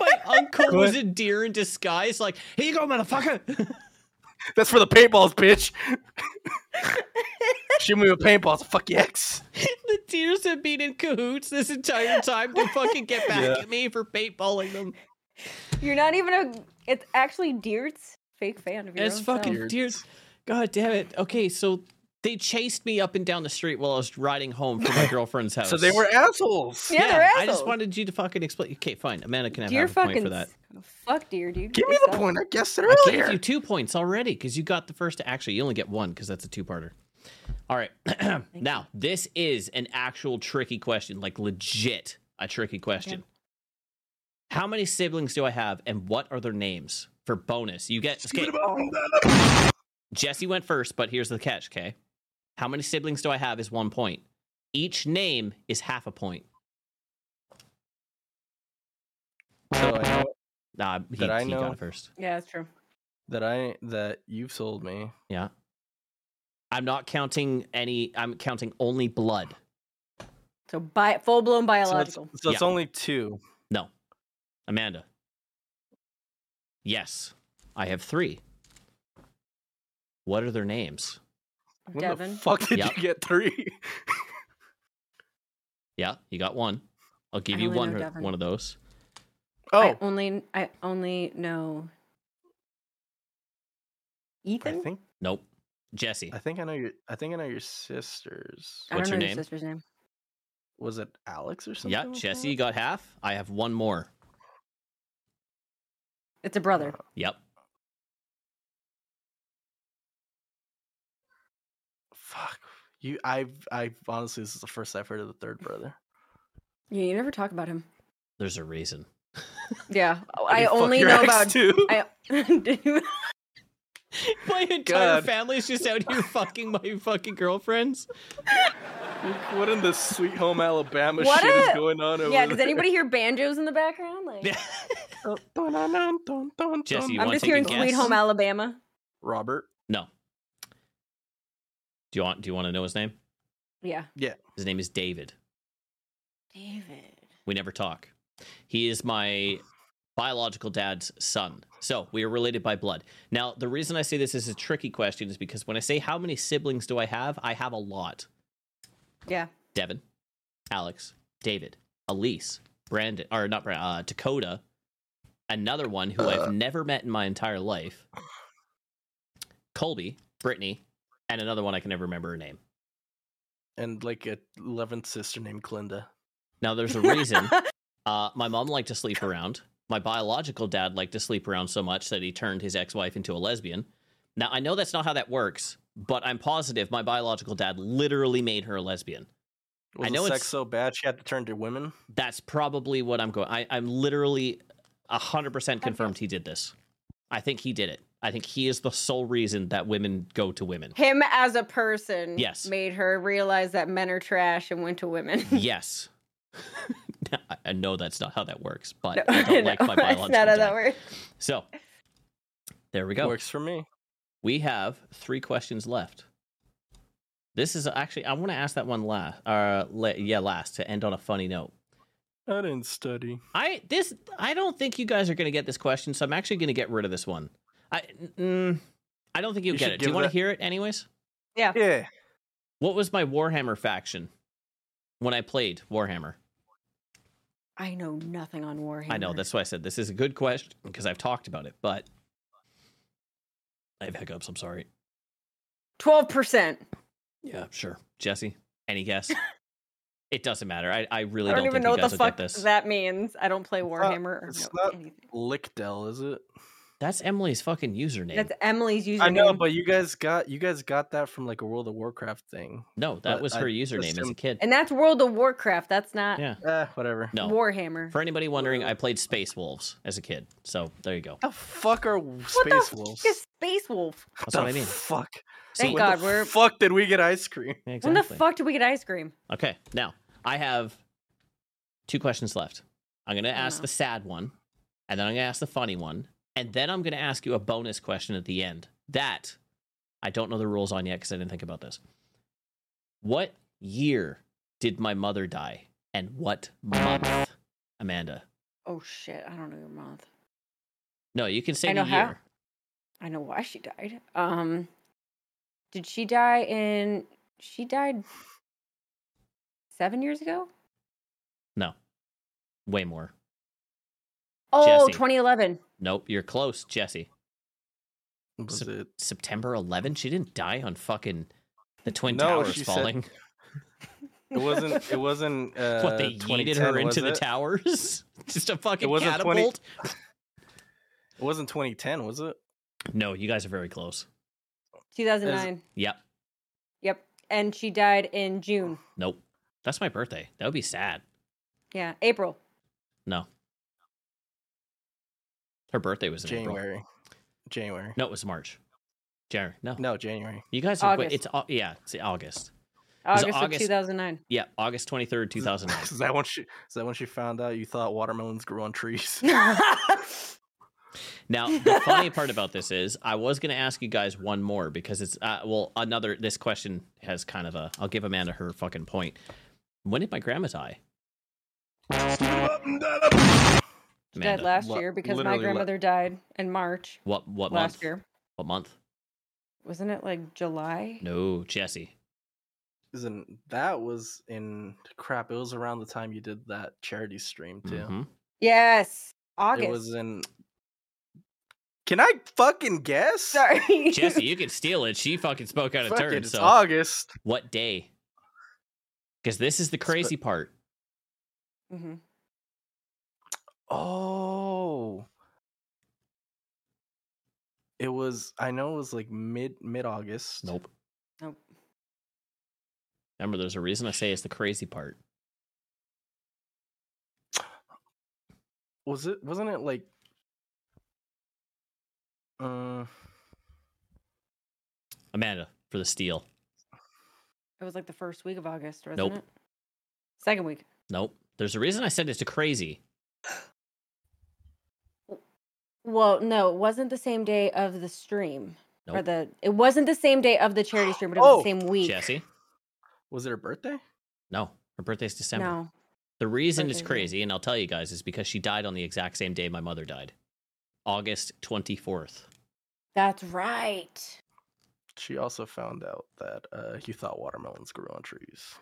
My uncle was a deer in disguise. Like, here you go, motherfucker. <laughs> That's for the paintballs, <laughs> bitch. Shoot me with paintballs. Fuck your ex. <laughs> the deers have been in cahoots this entire time to fucking get back Yeah. at me for paintballing them. You're not even a. It's actually deer's fake fan of your It's own fucking self. deers. God damn it. Okay, so they chased me up and down the street while I was riding home <laughs> from my girlfriend's house. So they were assholes. <laughs> Yeah, they're I just assholes. wanted you to fucking explain. Okay, fine. Amanda can have, deer have a point fucking for that. s- fuck deer, dude. Give me They the suck. point. I guessed it I gave earlier. you two points already because you got the first. Actually, you only get one because that's a two-parter. All right. <clears throat> now, this is an actual tricky question, like legit a tricky question. How many siblings do I have, and what are their names? For bonus, you get. Okay, Jesse went first, but here's the catch. Okay, how many siblings do I have is one point. Each name is half a point. So I know Nah, he, That I he know. got it first. Yeah, that's true. that I that you've sold me. I'm not counting any. I'm counting only blood. So bi- full So blown it's, biological. so it's Yeah. only two. Amanda. Yes, I have three. What are their names? When Devin. the fuck did Yep. you get three? Yeah, you got one. I'll give I you only one know her- Devon. one of those. <laughs> Oh, I only I only know I Ethan. think Nope. Jesse. I think I know your I think I know your sisters. I don't What's know your your name? sister's name. Was it Alex or something? Yeah, like Jesse, you that? got half. I have one more. It's a brother. Yep. Fuck you. I've I've honestly this is the first I've heard of the third brother. Yeah, you never talk <laughs> about him. There's There's a reason. yeah. Did <laughs> I he fuck only your know ex about <laughs> too. I <laughs> My entire God. family's just out <laughs> here fucking my fucking <laughs> girlfriends. What in the sweet home Alabama What shit is a- going on over Yeah, there? <laughs> does <laughs> anybody hear banjos in the background? Like Jesse, you I'm wanna just take a hearing guess? Sweet Home Alabama. Robert. No. Do you want do you want to know his name? Yeah. His name is David. David. We never talk. He is my biological dad's son. So we are related by blood. Now, the reason I say this is a tricky question is because when I say how many siblings do I have, I have a lot. Yeah. Devin, Alex, David, Elise, Brandon, or not Brandon, uh, Dakota, another one who I've never met in my entire life, Colby, Brittany, and another one I can never remember her name. And like a eleventh sister named Glinda. Now, there's a reason. Uh, my mom liked to sleep around. My biological dad liked to sleep around so much that he turned his ex wife into a lesbian. Now, I know that's not how that works, but I'm positive my biological dad literally made her a lesbian. Was know the sex it's- so bad she had to turn to women? That's probably what I'm going. I, I'm literally hundred percent confirmed he did this. I think he did it. I think he is the sole reason that women go to <laughs> women. Him as a person Yes. made her realize that men are trash and went to women. yes. <laughs> I- I know that's not how that works, but <laughs> No, I don't <laughs> no, like my that's biological not how dad. that works. So there we go. Works for me. We have three questions left. This is actually I want to ask that one last. Uh, la- yeah, last to end on a funny note. I didn't study. I this I don't think you guys are going to get this question, so I'm actually going to get rid of this one. I mm, I don't think you'll You get should it. Do you give want to that- hear it anyways? Yeah. What was my Warhammer faction when I played Warhammer? I know nothing on Warhammer. I know that's why I said this is a good question because I've talked about it, but I have hiccups. I'm sorry. twelve percent. Yeah, sure. Jesse, any <laughs> guess? it doesn't matter. I, I I really don't, don't, even think know you what guys the will fuck get this. that means. I don't play not- Warhammer. it's or know not anything. Lickdell, is it? That's Emily's fucking username. That's Emily's username. I know, but you guys got you guys got that from like a World of Warcraft thing. no, that but was I her username as a assumed- kid. and that's World of Warcraft. That's not Yeah. Eh, whatever. No. Warhammer. For anybody wondering, I played Space Wolves as a kid. So there you go. The fuck are what space the wolves? fuck is Space Wolf? That's what The I mean. Fuck. Thank See, God. the we're- fuck did we get ice cream? Exactly. When the fuck did we get ice cream? Okay, now I have two questions left. I'm going to ask no. the sad one, and then I'm going to ask the funny one, and then I'm going to ask you a bonus question at the end that I don't know the rules on yet because I didn't think about this. What year did my mother die, and what month, Amanda? Oh shit! I don't know your month. No, you can say I know the how. year. I know why she died. Um, did she die in? She died seven years ago. No, way more. Oh, Jesse. 2011. Nope, you're close, Jesse. <laughs> Was Sup- it? September 11th. She didn't die on fucking the twin No, towers she said- falling. It wasn't. It <laughs> wasn't. Uh, what they yeeted 2010, her into was the it? towers? <laughs> Just a fucking wasn't 20 catapult? It wasn't 2010, was it? No, you guys are very close. 2009. Yep. Yep. And she died in June. Nope. That's my birthday. That would be sad. Yeah, April. No. Her birthday was in April. January. January. No, it was March. January. No. <laughs> No, January. You guys are August. Wait, it's au- yeah, it's August. was August, of August. 2009. Yeah, August 23rd, 2009. <laughs> Is that when she? Is that when she found out you thought watermelons grew on <laughs> <laughs> trees? <laughs> Now, the funny part about this is, I was going to ask you guys one more because it's uh, well, another. This question has kind of a. I'll give Amanda her fucking point. When did my grandma die? She died Amanda, last Lo- year because my literally lo- grandmother died in March what what last month? year. What month? Wasn't it like July? No, Jesse. <laughs> Isn't that was in crap? It was around the time you did that charity stream too. Mhm. Yes, It August. was in. Can I fucking guess? Sorry. <laughs> Jesse, you can steal it. She fucking spoke out of Fuck it, turn. it's So August. what day? Because this is the crazy part. Mhm. Oh. It was. I know it was like mid mid August. Nope. Nope. Remember, there's a reason I say it's the crazy part. Was it? Wasn't it like? Uh, Amanda for the steal. It was like the first week of August, wasn't Nope. it? Second week. Nope. There's a reason I said it's the crazy. Well, no, it wasn't the same day of the stream or Nope. the. It wasn't the same day of the charity stream, but it was Oh, the same week. Jesse. was it her birthday? No, her birthday's December. No. The reason it's Birthday's May. crazy, and I'll tell you guys, is because she died on the exact same day my mother died, August 24th. That's right. She also found out that uh, you thought watermelons grew on trees.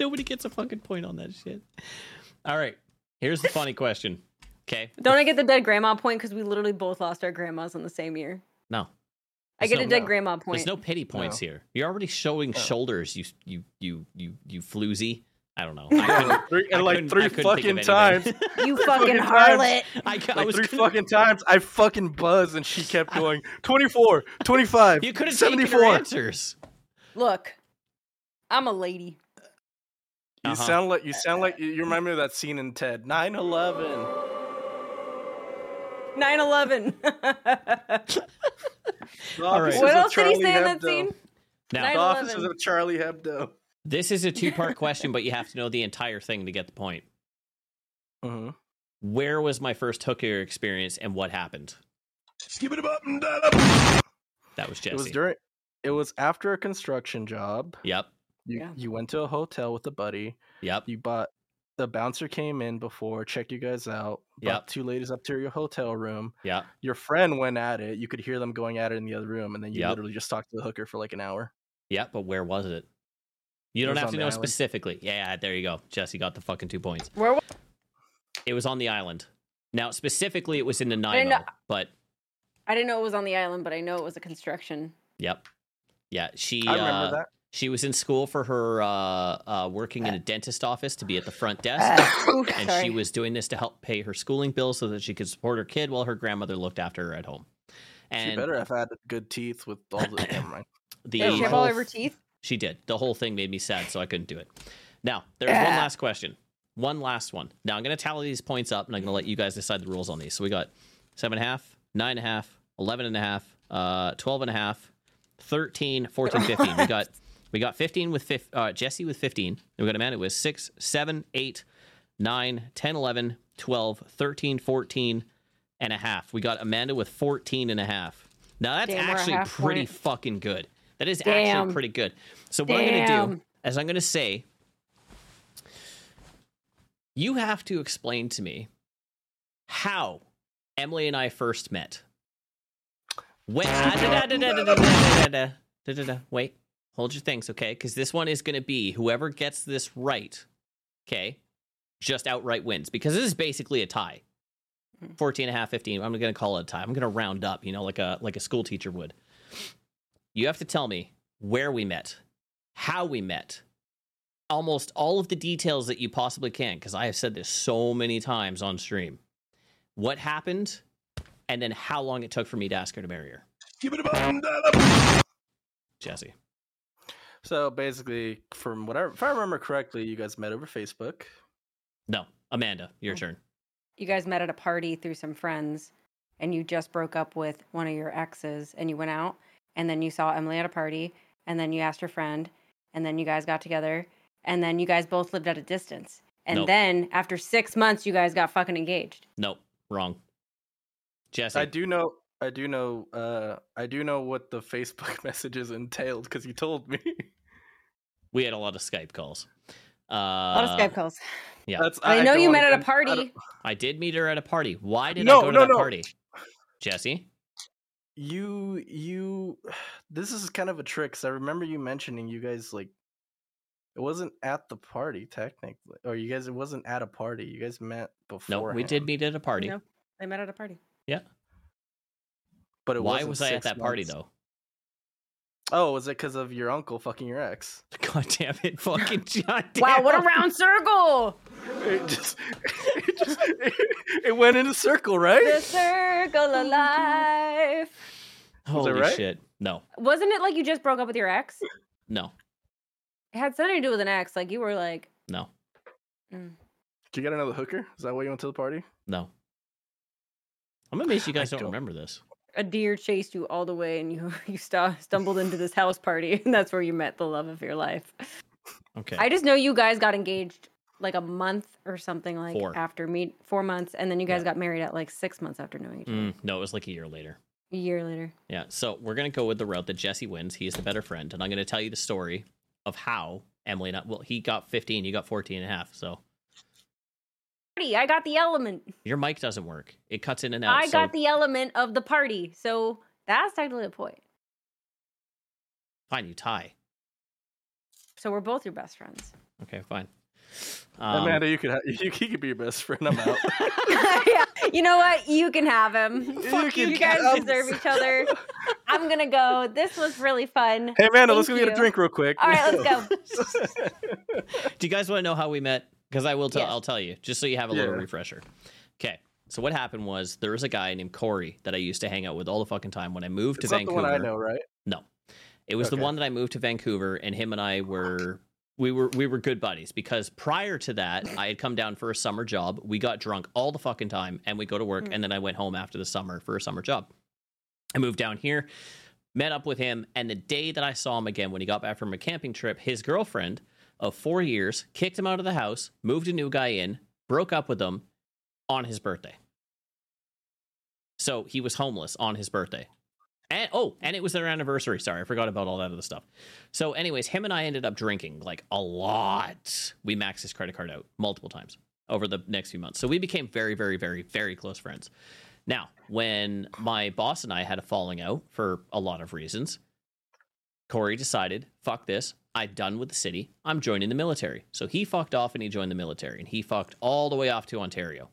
Nobody gets a fucking point on that shit. All right, here's the funny <laughs> question. Okay, Don't I get the dead grandma point because we literally both lost our grandmas in the same year? no, I There's get no- a dead no. grandma point. there's no pity points No. Oh. here. You're already showing No. shoulders, you you you you you floozy. I <laughs> don't know. <laughs> I couldn't- Three- I couldn't- and like I three couldn't think of fucking anything. times. You Fucking fucking times. harlot. <laughs> I, ca- I Like was three con- fucking times, I fucking buzzed, and <laughs> she kept going 24, 25, You could have taken 74. her answers. Look, I'm a lady. You Uh-huh. sound like you sound like you you remind me of that scene in Ted 9 11. <laughs> 9 11. All right. What else did he say in that scene? Now, Nice. The offices 9/11. of Charlie Hebdo. this is a <laughs> two-part question, but you have to know the entire thing to get the point. Mhm. Where was my first hooker experience, and what happened? Skip it up and down. up. That was Jesse. It was during it was after a construction job. yep, You, Yeah. you went to a hotel with a buddy. yep. You bought the bouncer came in before, checked you guys out, Yep. brought two ladies up to your hotel room. Yeah. Your friend went at it. You could hear them going at it in the other room, and then you Yep. literally just talked to the hooker for like an hour. Yeah, but where was it? You It don't was have on to the know island. specifically. Yeah, there you go. Jesse got the fucking two points. Where was It was on the island. Now, specifically, it was in didn't Nanaimo, know- but I didn't know it was on the island, but I know it was a construction. yep, yeah. She I remember uh, that. she was in school for her uh, uh, working in a dentist office to be at the front desk, Ah, Uh, oof, and sorry. she was doing this to help pay her schooling bill so that she could support her kid while her grandmother looked after her at home. she And better have had good teeth with all the. never <coughs> mind. the Wait, she have all whole of her teeth? She did. The whole thing made me sad, so I couldn't do it. Now, there's one last question. One last one. Now, I'm going to tally these points up and I'm going to let you guys decide the rules on these. So we got seven and a half, nine and a half, 11 and a half, uh, 12 and a half, 13, 14, 15. We got, we got 15 with fif- uh, Jesse with 15. And we got Amanda with six, seven, eight, nine, 10, 11, 12, 13, 14 and a half. We got Amanda with 14 and a half. Now, that's Damn, we're a actually half pretty point. fucking good. That is actually Damn. pretty good. So what I'm going to do Damn. is I'm going to say, you have to explain to me how Emily and I first met. Wait, ah, da- da- da- da- da- da- da- da- da- da- da- da. wait, hold your things, okay? Because this one is going to be whoever gets this right, okay, just outright wins. Because this is basically a tie. 14 and a half, 15. I'm going to call it a tie. I'm going to round up, you know, like a like a school teacher would. You have to tell me where we met, how we met, almost all of the details that you possibly can, because I have said this so many times on stream. What happened, and then how long it took for me to ask her to marry her, Skip it up and down. up. Jesse. So basically, from what I, if I remember correctly, you guys met over Facebook. No, Amanda, Oh. your turn. You guys met at a party through some friends, and you just broke up with one of your exes, and you went out, and then you saw Emily at a party, and then you asked her friend, and then you guys got together, and then you guys both lived at a distance. And Nope. then after six months, you guys got fucking engaged. Nope, wrong. Jesse, I do know. I do know. Uh, I do know what the Facebook <laughs> messages entailed because you told me. <laughs> we had a lot of Skype calls. Uh, A lot of Skype calls. Yeah. That's, I, know don't you wanna met at a con- I don't- party. I did meet her at a party. Why did I No, go to no, that no. party? Jesse, You you. <sighs> This is kind of a trick. 'cause I remember you mentioning you guys like. It wasn't at the party technically, or you guys. It wasn't at a party. You guys met no, before. we did meet at a party. No, they met at a party. But it Why wasn't was I at six that party months. though? <laughs> Oh, was it because of your uncle fucking your ex? <laughs> God damn it, <laughs> fucking <laughs> John. Wow, what a round circle! It just, <laughs> it just, it, went in a circle, right? <laughs> The circle of life. Holy right? shit. No, Wasn't it like you just broke up with your ex? no, It had something to do with an ex. Like you were like, no, Did you get another hooker? Is that why you went to the party? no. I'm amazed you I guys don't, don't- remember this. a deer chased you all the way and you <laughs> you stu- stumbled into this house party <laughs> and that's where you met the love of your life. Okay. I just know you guys got engaged like a month or something like Four. after me 4 months and then you guys Yeah. got married at like 6 months after knowing each other. Mm, no, it was like a year later. A year later. Yeah. So we're gonna go with the route that Jesse wins. He is the better friend, and I'm gonna tell you the story of how Emily and I, well, he got 15, you got 14 and a half. So Party, I got the element. your mic doesn't work. It cuts in and out. I so- got the element of the party. So that's technically a point. fine. You tie. So we're both your best friends. Okay, fine. Um, Amanda, you could ha- <laughs> you, he could be your best friend. I'm out. <laughs> yeah. You know what? You can have him. Fuck You guys deserve each other. I'm gonna go. This was really fun. <laughs> Hey Amanda, let's go Thank get a you. drink real quick. <laughs> All right, <laughs> let's go. go. do you guys want to know how we met? Because I will tell. Yes. I'll tell you, just so you have a little Yeah. refresher. Okay. So what happened was there was a guy named Corey that I used to hang out with all the fucking time when I moved it's to not the Vancouver. one I know, right? No, it was the Okay. one that I moved to Vancouver, and him and I were we were we were good buddies because prior to that, I had come down for a summer job. We got drunk all the fucking time, and we go to work, Mm. and then I went home after the summer for a summer job. I moved down here, met up with him, and the day that I saw him again, when he got back from a camping trip, his girlfriend of four years kicked him out of the house, moved a new guy in, broke up with him on his birthday. So he was homeless on his birthday. And oh, and it was their anniversary. Sorry, I forgot about all that other stuff. So, anyways, him and I ended up drinking like a lot. We maxed his credit card out multiple times over the next few months. So we became very, very, very, very close friends. Now, when my boss and I had a falling out for a lot of reasons, Corey decided, fuck this. I'm done with the city. I'm joining the military. So he fucked off and he joined the military and he fucked all the way off to Ontario.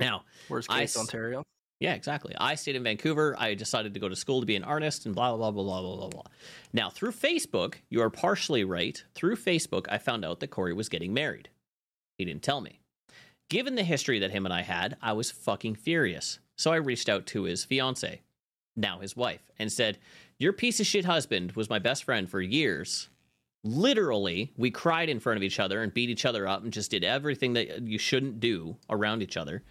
Now, Worst I case, s- Ontario. yeah, exactly. I stayed in Vancouver. I decided to go to school to be an artist and blah, blah, blah, blah, blah, blah, blah. Now, through Facebook, you are partially right. Through Facebook, I found out that Corey was getting married. He didn't tell me. Given the history that him and I had, I was fucking furious. So I reached out to his fiance, now his wife, and said, Your piece of shit husband was my best friend for years. Literally, we cried in front of each other and beat each other up and just did everything that you shouldn't do around each other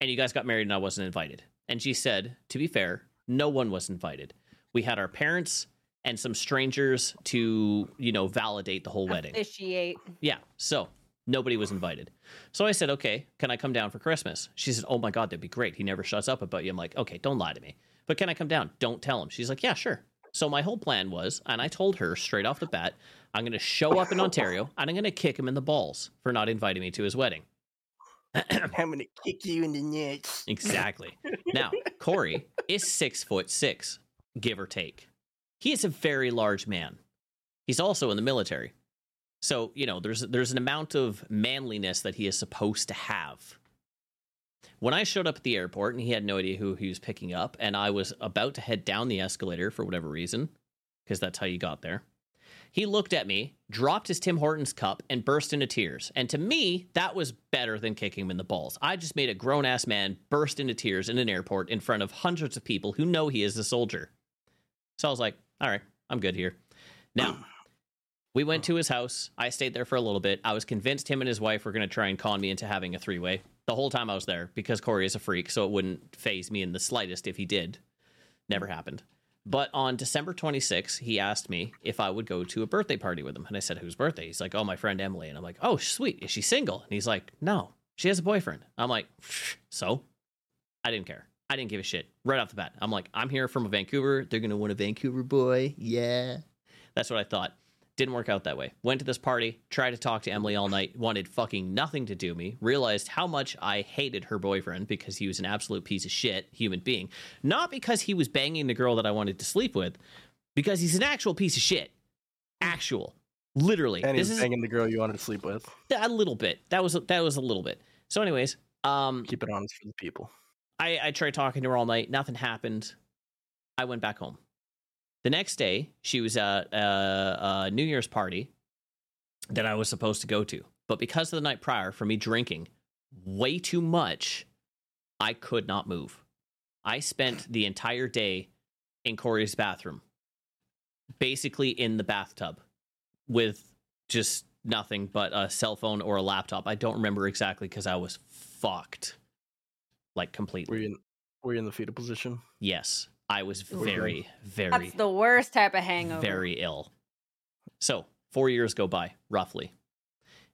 and you guys got married and I wasn't invited. And she said, to be fair, no one was invited. We had our parents and some strangers to, you know, validate the whole wedding. Officiate. Yeah. So nobody was invited. So I said, okay, can I come down for Christmas? She said, oh my God, that'd be great. He never shuts up about you. I'm like, okay, don't lie to me. But can I come down? Don't tell him. She's like, yeah, sure. So my whole plan was, and I told her straight off the bat, I'm going to show up in Ontario and I'm going to kick him in the balls for not inviting me to his wedding. I'm gonna kick you in the neck. Exactly. now, Corey is six foot six, give or take. He is a very large man. He's also in the military. So, you know, there's there's an amount of manliness that he is supposed to have. When I showed up at the airport and he had no idea who he was picking up, and I was about to head down the escalator for whatever reason, because that's how you got there. He looked at me, dropped his Tim Hortons cup, and burst into tears. And to me, that was better than kicking him in the balls. I just made a grown ass man burst into tears in an airport in front of hundreds of people who know he is a soldier. So I was like, all right, I'm good here. Now, we went to his house. I stayed there for a little bit. I was convinced him and his wife were going to try and con me into having a three way the whole time I was there because Corey is a freak, so it wouldn't phase me in the slightest if he did. Never happened. But on December 26th, he asked me if I would go to a birthday party with him. And I said, Whose birthday? He's like, Oh, my friend Emily. And I'm like, Oh, sweet. Is she single? And he's like, No, she has a boyfriend. I'm like, "Pfft, So? I didn't care. I didn't give a shit right off the bat. I'm like, I'm here from Vancouver. They're going to want a Vancouver boy. Yeah. That's what I thought. Didn't work out that way. Went to this party, tried to talk to Emily all night, wanted fucking nothing to do me, realized how much I hated her boyfriend because he was an absolute piece of shit human being. Not because he was banging the girl that I wanted to sleep with, because he's an actual piece of shit. Actual. Literally. And This he's is hanging the girl you wanted to sleep with. a little bit. That was that was a little bit. So anyways, um Keep it honest for the people. I, I tried talking to her all night. Nothing happened. I went back home. The next day, she was at a, a New Year's party that I was supposed to go to. But because of the night prior, for me drinking way too much, I could not move. I spent the entire day in Corey's bathroom, basically in the bathtub with just nothing but a cell phone or a laptop. I don't remember exactly because I was fucked like completely. Were you in, were you in the fetal position? Yes, I was Ooh. very, very, That's the worst type of hangover. very ill. So four years go by, roughly.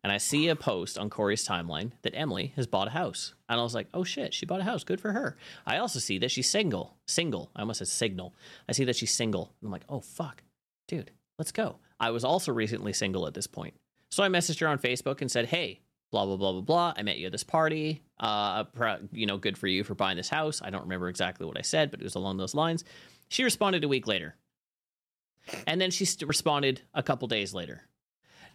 And I see a post on Corey's timeline that Emily has bought a house. And I was like, oh shit, she bought a house. Good for her. I also see that she's single. Single. I almost said signal. I see that she's single. I'm like, oh fuck, dude, let's go. I was also recently single at this point. So I messaged her on Facebook and said, hey, blah, blah, blah, blah, blah. I met you at this party. Uh, pro- you know, good for you for buying this house. I don't remember exactly what I said, but it was along those lines. She responded a week later. And then she st- responded a couple days later.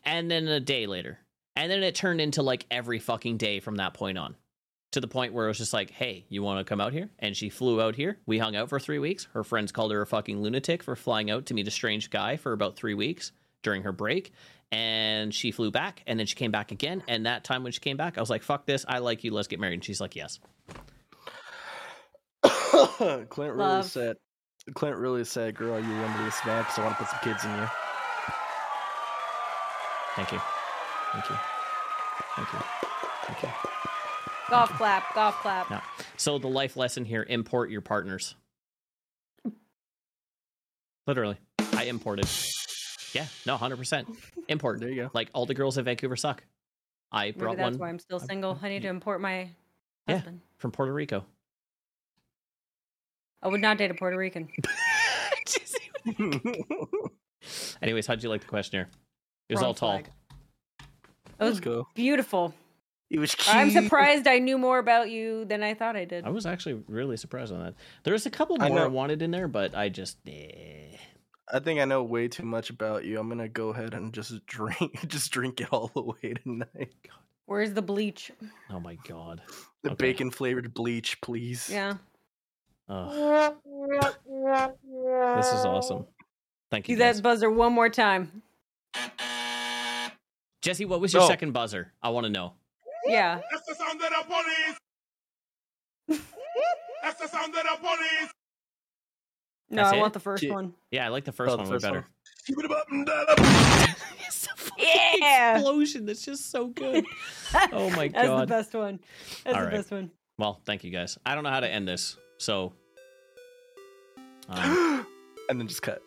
And then a day later. And then it turned into like every fucking day from that point on to the point where it was just like, hey, you want to come out here? And she flew out here. We hung out for three weeks. Her friends called her a fucking lunatic for flying out to meet a strange guy for about three weeks during her break. And she flew back and then she came back again. And that time when she came back, I was like, fuck this. I like you. Let's get married. And she's like, yes. Clint really Love. said, Clint really said, girl, you win this man because I want to put some kids in you. Thank you. Thank you. Thank you. Thank you. Golf clap, golf clap. No. So the life lesson here: import your partners. Literally, I imported. Yeah, no, hundred percent import. There you go. Like all the girls in Vancouver suck. I Maybe brought that's one why I'm still I- single. I need to import my Yeah. husband. from Puerto Rico. I would not date a <laughs> Puerto Rican. Anyways, how'd you like the questionnaire? It was Wrong all tall. flag. That Let's was go. beautiful. It was cute. I'm surprised I knew more about you than I thought I did. I was actually really surprised on that. There's a couple I more I, know. wanted in there, but I just eh. I think I know way too much about you. I'm gonna go ahead and just drink, <laughs> just drink it all the way tonight. Where's the bleach? oh my god. The Okay. bacon flavored bleach, please. Yeah. Ugh, this is awesome. Thank you. Do guys. that buzzer one more time. Jesse, what was your No. second buzzer? I want to know. Yeah. <laughs> That's the sound of the police. That's the sound of the police. No, That's I it? want the first Shit. one. Yeah, I like the first Oh, one the way first better. one. Keep it up and down up. <laughs> it's a fucking Yeah. explosion. That's just so good. Oh my <laughs> That's the God. best one. That's All the right. best one. well, thank you guys. I don't know how to end this, so. Um, <gasps> and then just cut.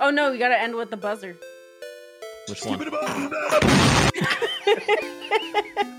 Oh no, you gotta end with the buzzer. <laughs> which Keep one? it up and down up.